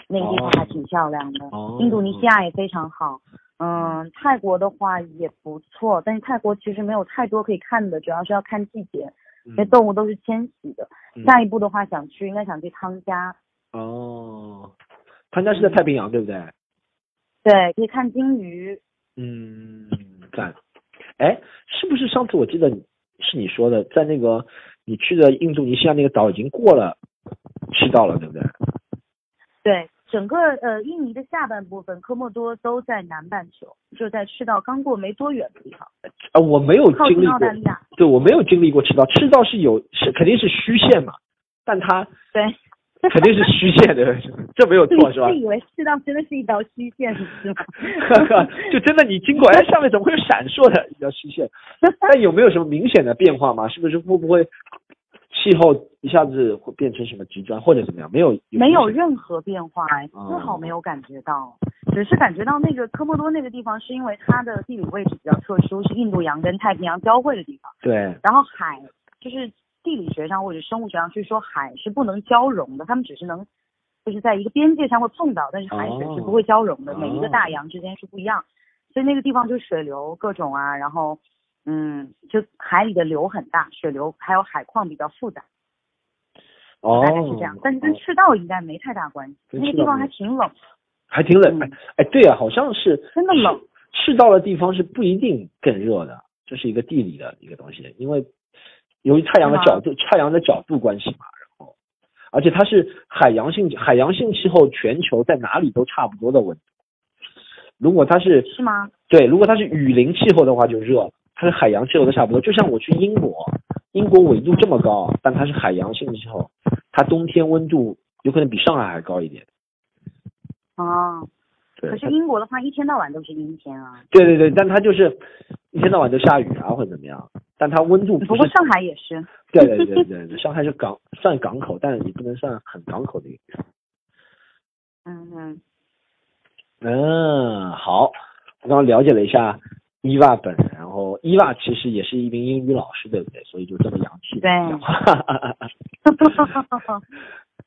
Speaker 2: 那个地方还挺漂亮的。
Speaker 1: 哦
Speaker 2: 印度尼西亚也非常好。嗯，泰国的话也不错，但是泰国其实没有太多可以看的，主要是要看季节，因为
Speaker 1: 嗯
Speaker 2: 动物都是迁徙的。
Speaker 1: 嗯
Speaker 2: 下一步的话想去，应该想去汤加，
Speaker 1: 哦，他家是在太平洋，对不对？
Speaker 2: 对，可以看鲸鱼。
Speaker 1: 嗯，赞。哎，是不是上次我记得你是你说的，在那个你去的印度尼西亚那个岛已经过了赤道了，对不对？
Speaker 2: 对，整个呃印尼的下半部分，科莫多都在南半球，就在赤道刚过没多远的地方，
Speaker 1: 啊，我没有
Speaker 2: 靠
Speaker 1: 经历
Speaker 2: 近澳
Speaker 1: 过
Speaker 2: 大，利亚。
Speaker 1: 对我没有经历过赤道，赤道是有是肯定是虚线嘛，但它
Speaker 2: 对，
Speaker 1: 肯定是虚线，对不对？ 这没有错 是吧？？
Speaker 2: 你自以为赤道真的是一条虚 线是吗
Speaker 1: 就真的你经过，哎，上面怎么会有闪烁的一条虚线？但有没有什么明显的变化吗？是不是会不会气候一下子会变成什么极端或者怎么样？没有，
Speaker 2: 没有
Speaker 1: 明显
Speaker 2: 任何变化，哎，
Speaker 1: 哦
Speaker 2: 丝毫没有感觉到，只是感觉到那个科莫多那个地方是因为它的地理位置比较特殊，是印度洋跟太平洋交汇的地方，
Speaker 1: 对，
Speaker 2: 然后海就是地理学上或者生物学上去说海是不能交融的，它们只是能就是在一个边界上会碰到，但是海水是不会交融的，
Speaker 1: 哦
Speaker 2: 每一个大洋之间是不一样，所以那个地方就是水流各种啊，然后嗯，就海里的流很大，水流还有海况比较复杂。
Speaker 1: 哦，
Speaker 2: 大概是这样，但是跟
Speaker 1: 哦
Speaker 2: 赤道应该没太大关系，
Speaker 1: 跟
Speaker 2: 那个
Speaker 1: 赤
Speaker 2: 地
Speaker 1: 道
Speaker 2: 方
Speaker 1: 没
Speaker 2: 还挺冷，
Speaker 1: 还挺冷，哎
Speaker 2: 嗯
Speaker 1: 哎，对啊，好像是
Speaker 2: 真的冷。
Speaker 1: 赤道的地方是不一定更热的，这是一个地理的一个东西，因为由于太阳的
Speaker 2: 是吗
Speaker 1: 角度、太阳的角度关系嘛，然后而且它是海洋性海洋性气候，全球在哪里都差不多的温度。如果它是
Speaker 2: 是吗？
Speaker 1: 对，如果它是雨林气候的话就热了，它是海洋气候都差不多。就像我去英国，英国纬度这么高，但它是海洋性气候，它冬天温度有可能比上海还高一点。
Speaker 2: 啊，
Speaker 1: 对，
Speaker 2: 可是
Speaker 1: 它
Speaker 2: 英国的话，一天到晚都是阴天啊。
Speaker 1: 对对对，但它就是一天到晚都下雨啊，或者怎么样，但它温度
Speaker 2: 不
Speaker 1: 不
Speaker 2: 过
Speaker 1: 是。
Speaker 2: 上海也是，
Speaker 1: 对对对对对，上海是港算港口，但也不能算很港口的一个地方。
Speaker 2: 嗯嗯，
Speaker 1: 嗯，好，我刚刚了解了一下伊娃本人，然后伊娃其实也是一名英语老师，对不对？所以就这么洋气。啊
Speaker 2: 对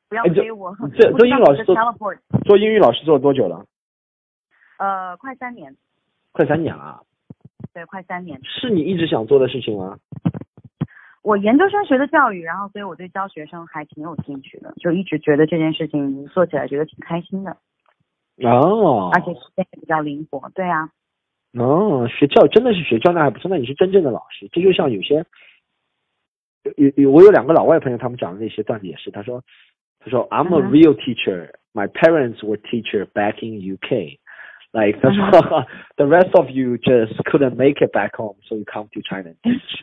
Speaker 2: 不要
Speaker 1: 哎这
Speaker 2: 追我
Speaker 1: 你。这
Speaker 2: 我
Speaker 1: 做
Speaker 2: 知
Speaker 1: 英
Speaker 2: 道
Speaker 1: 老
Speaker 2: 你
Speaker 1: 师
Speaker 2: 的
Speaker 1: 做
Speaker 2: teleport，
Speaker 1: 做英语老师做了多久了？
Speaker 2: 呃，快三年，
Speaker 1: 快三年了啊。
Speaker 2: 对，快三年。
Speaker 1: 是你一直想做的事情吗？
Speaker 2: 我研究生学的教育，然后所以我对教学生还挺有兴趣的，就一直觉得这件事情做起来觉得挺开心的，
Speaker 1: 哦，
Speaker 2: 而且时间也比较灵活。对啊，
Speaker 1: 哦，学教真的是学教那还不错，那你是真正的老师，这就像有些有有我有两个老外朋友，他们讲的那些段子也是，他说他说 I'm a
Speaker 2: 嗯
Speaker 1: real teacher, my parents were teacher back in UK, like 他
Speaker 2: Uh-huh.
Speaker 1: 说、the rest of you just couldn't make it back home, so you come to China and teach.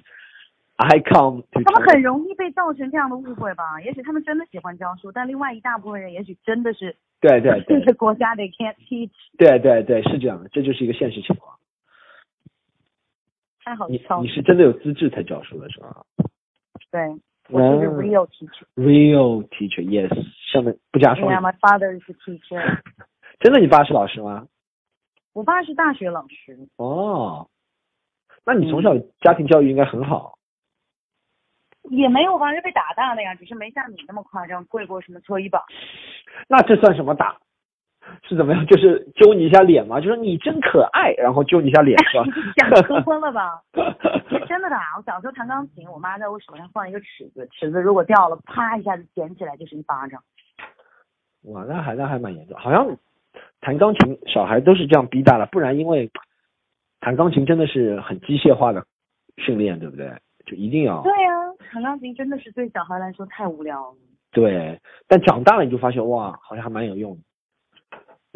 Speaker 1: I come to
Speaker 2: 他们
Speaker 1: China
Speaker 2: 很容易被造成这样的误会吧？也许他们真的喜欢教书，但另外一大部分人也许真的是
Speaker 1: 对对
Speaker 2: 这
Speaker 1: 对
Speaker 2: 个国家的 can't teach，
Speaker 1: 对对对，是这样的，这就是一个现实情况。
Speaker 2: 太好
Speaker 1: 你
Speaker 2: 笑了
Speaker 1: 你。是真的有资质才教书的是吧？
Speaker 2: 对，我是
Speaker 1: 嗯
Speaker 2: real teacher，
Speaker 1: Real teacher, yes，上面不加
Speaker 2: 因为
Speaker 1: 双
Speaker 2: my father is a teacher。
Speaker 1: 真的，你爸是老师吗？
Speaker 2: 我爸是大学老师，
Speaker 1: 哦，那你从小家庭教育应该很好。
Speaker 2: 也没有吧，是被打大的呀，只是没像你那么夸张，跪过什么搓衣板。？
Speaker 1: 那这算什么打？是怎么样？就是揪你一下脸吗？就说你真可爱，然后揪你一下脸是吧
Speaker 2: 想磕昏了 吧？
Speaker 1: 吧？
Speaker 2: 真的的啊，我小时候弹钢琴，我妈在我手上放一个尺子，尺子如果掉了，啪一下子捡起来就是一巴掌。
Speaker 1: 哇，那还那还蛮严重，好像弹钢琴小孩都是这样逼大了，不然因为弹钢琴真的是很机械化的训练，对不对？就一定要
Speaker 2: 对啊，弹钢琴真的是对小孩来说太无聊了。
Speaker 1: 对，但长大了你就发现哇，好像还蛮有用的。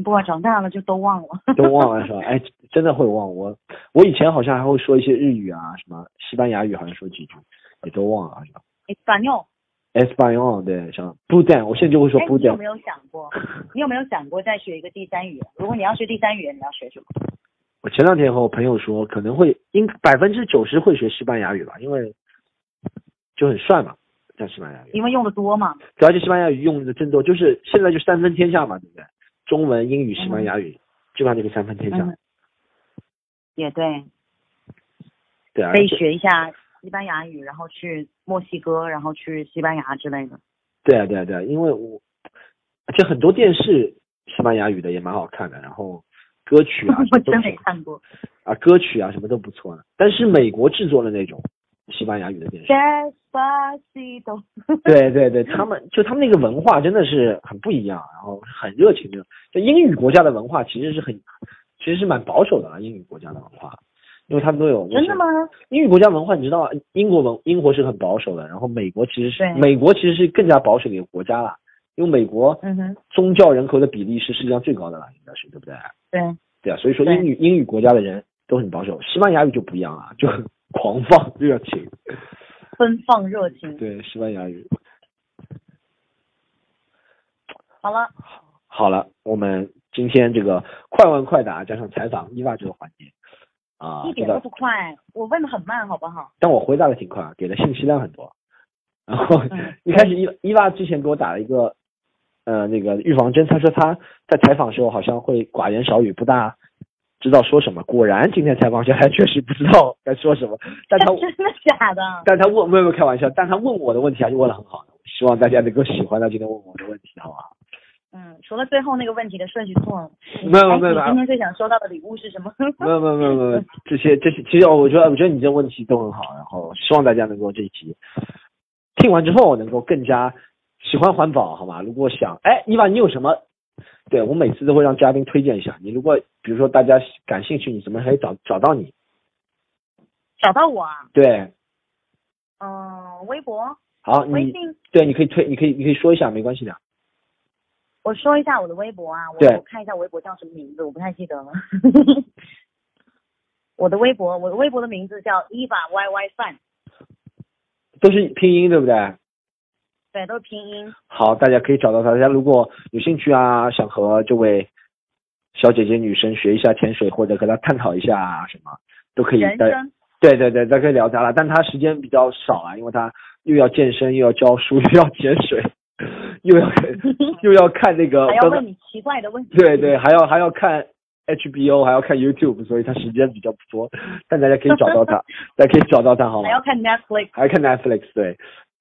Speaker 2: 不管长大了就都忘了。
Speaker 1: 都忘了是吧？哎，真的会忘。我我以前好像还会说一些日语啊，什么西班牙语，好像说几句，也都忘了。好像
Speaker 2: e s p a n o
Speaker 1: s p a n o 对，像 blue d a n 我现在就会说
Speaker 2: 哎，
Speaker 1: blue
Speaker 2: 你
Speaker 1: d a
Speaker 2: 有
Speaker 1: n
Speaker 2: 没有想过，你有没有想过再学一个第三语言？如果你要学第三语言，你要学什么？
Speaker 1: 我前两天和我朋友说，可能会应百分之九十会学西班牙语吧，因为就很帅嘛，像西班牙语。
Speaker 2: 因为用的多嘛。
Speaker 1: 主要就西班牙语用的真多，就是现在就三分天下嘛，对不对？中文、英语、西班牙语，基本上就是三分天下。
Speaker 2: 嗯，也对，
Speaker 1: 对啊，
Speaker 2: 可以
Speaker 1: 而且
Speaker 2: 学一下西班牙语，然后去墨西哥，然后去西班牙之类的。，
Speaker 1: 对啊，对啊，对啊，因为我而且很多电视西班牙语的也蛮好看的，然后歌曲啊
Speaker 2: 我
Speaker 1: 都
Speaker 2: 真没
Speaker 1: 是
Speaker 2: 看过。
Speaker 1: 啊，歌曲啊什么都不错的。但是美国制作的那种西班牙语的电视，
Speaker 2: Despacito。
Speaker 1: 对对对，他
Speaker 2: 嗯
Speaker 1: 们就他们那个文化真的是很不一样，然后很热情的。就英语国家的文化其实是很，其实是蛮保守的啊，英语国家的文化，因为他们都有那
Speaker 2: 真
Speaker 1: 些
Speaker 2: 的吗？
Speaker 1: 英语国家文化，你知道吗？英国文英国是很保守的，然后美国其实是
Speaker 2: 对
Speaker 1: 美国其实是更加保守的一个国家了，因为美国
Speaker 2: 嗯哼，
Speaker 1: 宗教人口的比例是世界上最高的了，应该是对不对？
Speaker 2: 对，
Speaker 1: 对啊，所以说
Speaker 2: 对
Speaker 1: 英语英语国家的人都很保守，西班牙语就不一样啊， 就很狂放热情。
Speaker 2: 奔放热情。
Speaker 1: 对，西班牙语。
Speaker 2: 好了，
Speaker 1: 好了，我们今天这个快问快答加上采访伊娃这个环节啊，
Speaker 2: 一
Speaker 1: 这
Speaker 2: 点都
Speaker 1: 个
Speaker 2: 不快，我问的很慢，好不好？
Speaker 1: 但我回答的挺快，给的信息量很多。然后
Speaker 2: 嗯
Speaker 1: 一开始伊伊娃之前给我打了一个呃那个预防针，她说她在采访的时候好像会寡言少语，不大知道说什么。果然今天采访下来确实不知道该说什么，但她
Speaker 2: 真的假的？
Speaker 1: 但他问没有没有开玩笑，但他问我的问题还是问了很好的，希望大家能够喜欢他今天问我的问题，好不好？
Speaker 2: 嗯，除了最后那个问题的顺序错了。
Speaker 1: 没有
Speaker 2: 哎
Speaker 1: 没有
Speaker 2: 你
Speaker 1: 没有
Speaker 2: 今天最想收到的礼物是什么？
Speaker 1: 没有没有没有没有，这些这些其实我觉得我觉得你这问题都很好，然后希望大家能够这一集听完之后能够更加喜欢环保，好吗？如果想哎，伊娃你有什么？对我每次都会让嘉宾推荐一下，你如果比如说大家感兴趣，你怎么可以找找到你？
Speaker 2: 找到我啊，
Speaker 1: 对，
Speaker 2: 嗯、微博、
Speaker 1: 好
Speaker 2: 微
Speaker 1: 你
Speaker 2: 信，
Speaker 1: 对你可以推你可以你可以说一下，没关系的。
Speaker 2: 我说一下我的微博啊，我
Speaker 1: 对
Speaker 2: 我看一下微博叫什么名字，我不太记得了。 我的微博，我的微博的名字叫 Eva Y Y Fan，
Speaker 1: 都是拼音对不对？
Speaker 2: 对，都是拼音。
Speaker 1: 好，大家可以找到她。大家如果有兴趣啊，想和这位小姐姐女生学一下潜水，或者和她探讨一下啊什么，都可以
Speaker 2: 人
Speaker 1: 大
Speaker 2: 生
Speaker 1: 对对对，大家可以聊她了。但她时间比较少啊，因为她又要健身，又要教书，又要潜水， 又要又要看那个
Speaker 2: 还
Speaker 1: 呃
Speaker 2: 要
Speaker 1: 刚才
Speaker 2: 问你奇怪的问题。
Speaker 1: 对对，还要还要看 HBO，还要看 YouTube，所以她时间比较不多。但大家可以找 到她，大家可以找到她好吗
Speaker 2: 还？要看 Netflix。
Speaker 1: 还看 Netflix 对。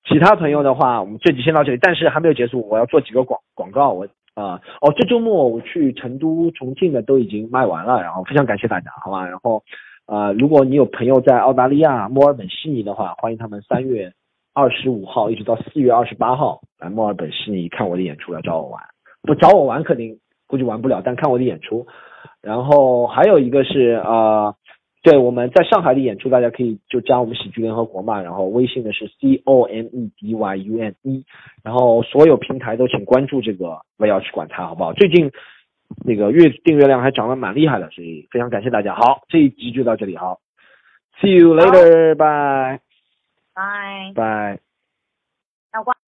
Speaker 1: 其他朋友的话，我们这集先到这里，但是还没有结束，我要做几个广广告，我啊、哦，这周末我去成都、重庆的都已经卖完了，然后非常感谢大家，好吧？然后啊、如果你有朋友在澳大利亚墨尔本、悉尼的话，欢迎他们三月二十五号一直到四月二十八号来墨尔本、悉尼看我的演出，来找我玩。不找我玩肯定估计玩不了，但看我的演出。然后还有一个是啊、呃对我们在上海的演出，大家可以就加我们喜剧联合国嘛，然后微信的是 C O M E D Y U N E，然后所有平台都请关注这个，不要去管它，好不好？最近那个月订阅量还涨得蛮厉害的，所以非常感谢大家。好，这一集就到这里，好，See you later，拜
Speaker 2: 拜。
Speaker 1: 拜。
Speaker 2: 哎那我挂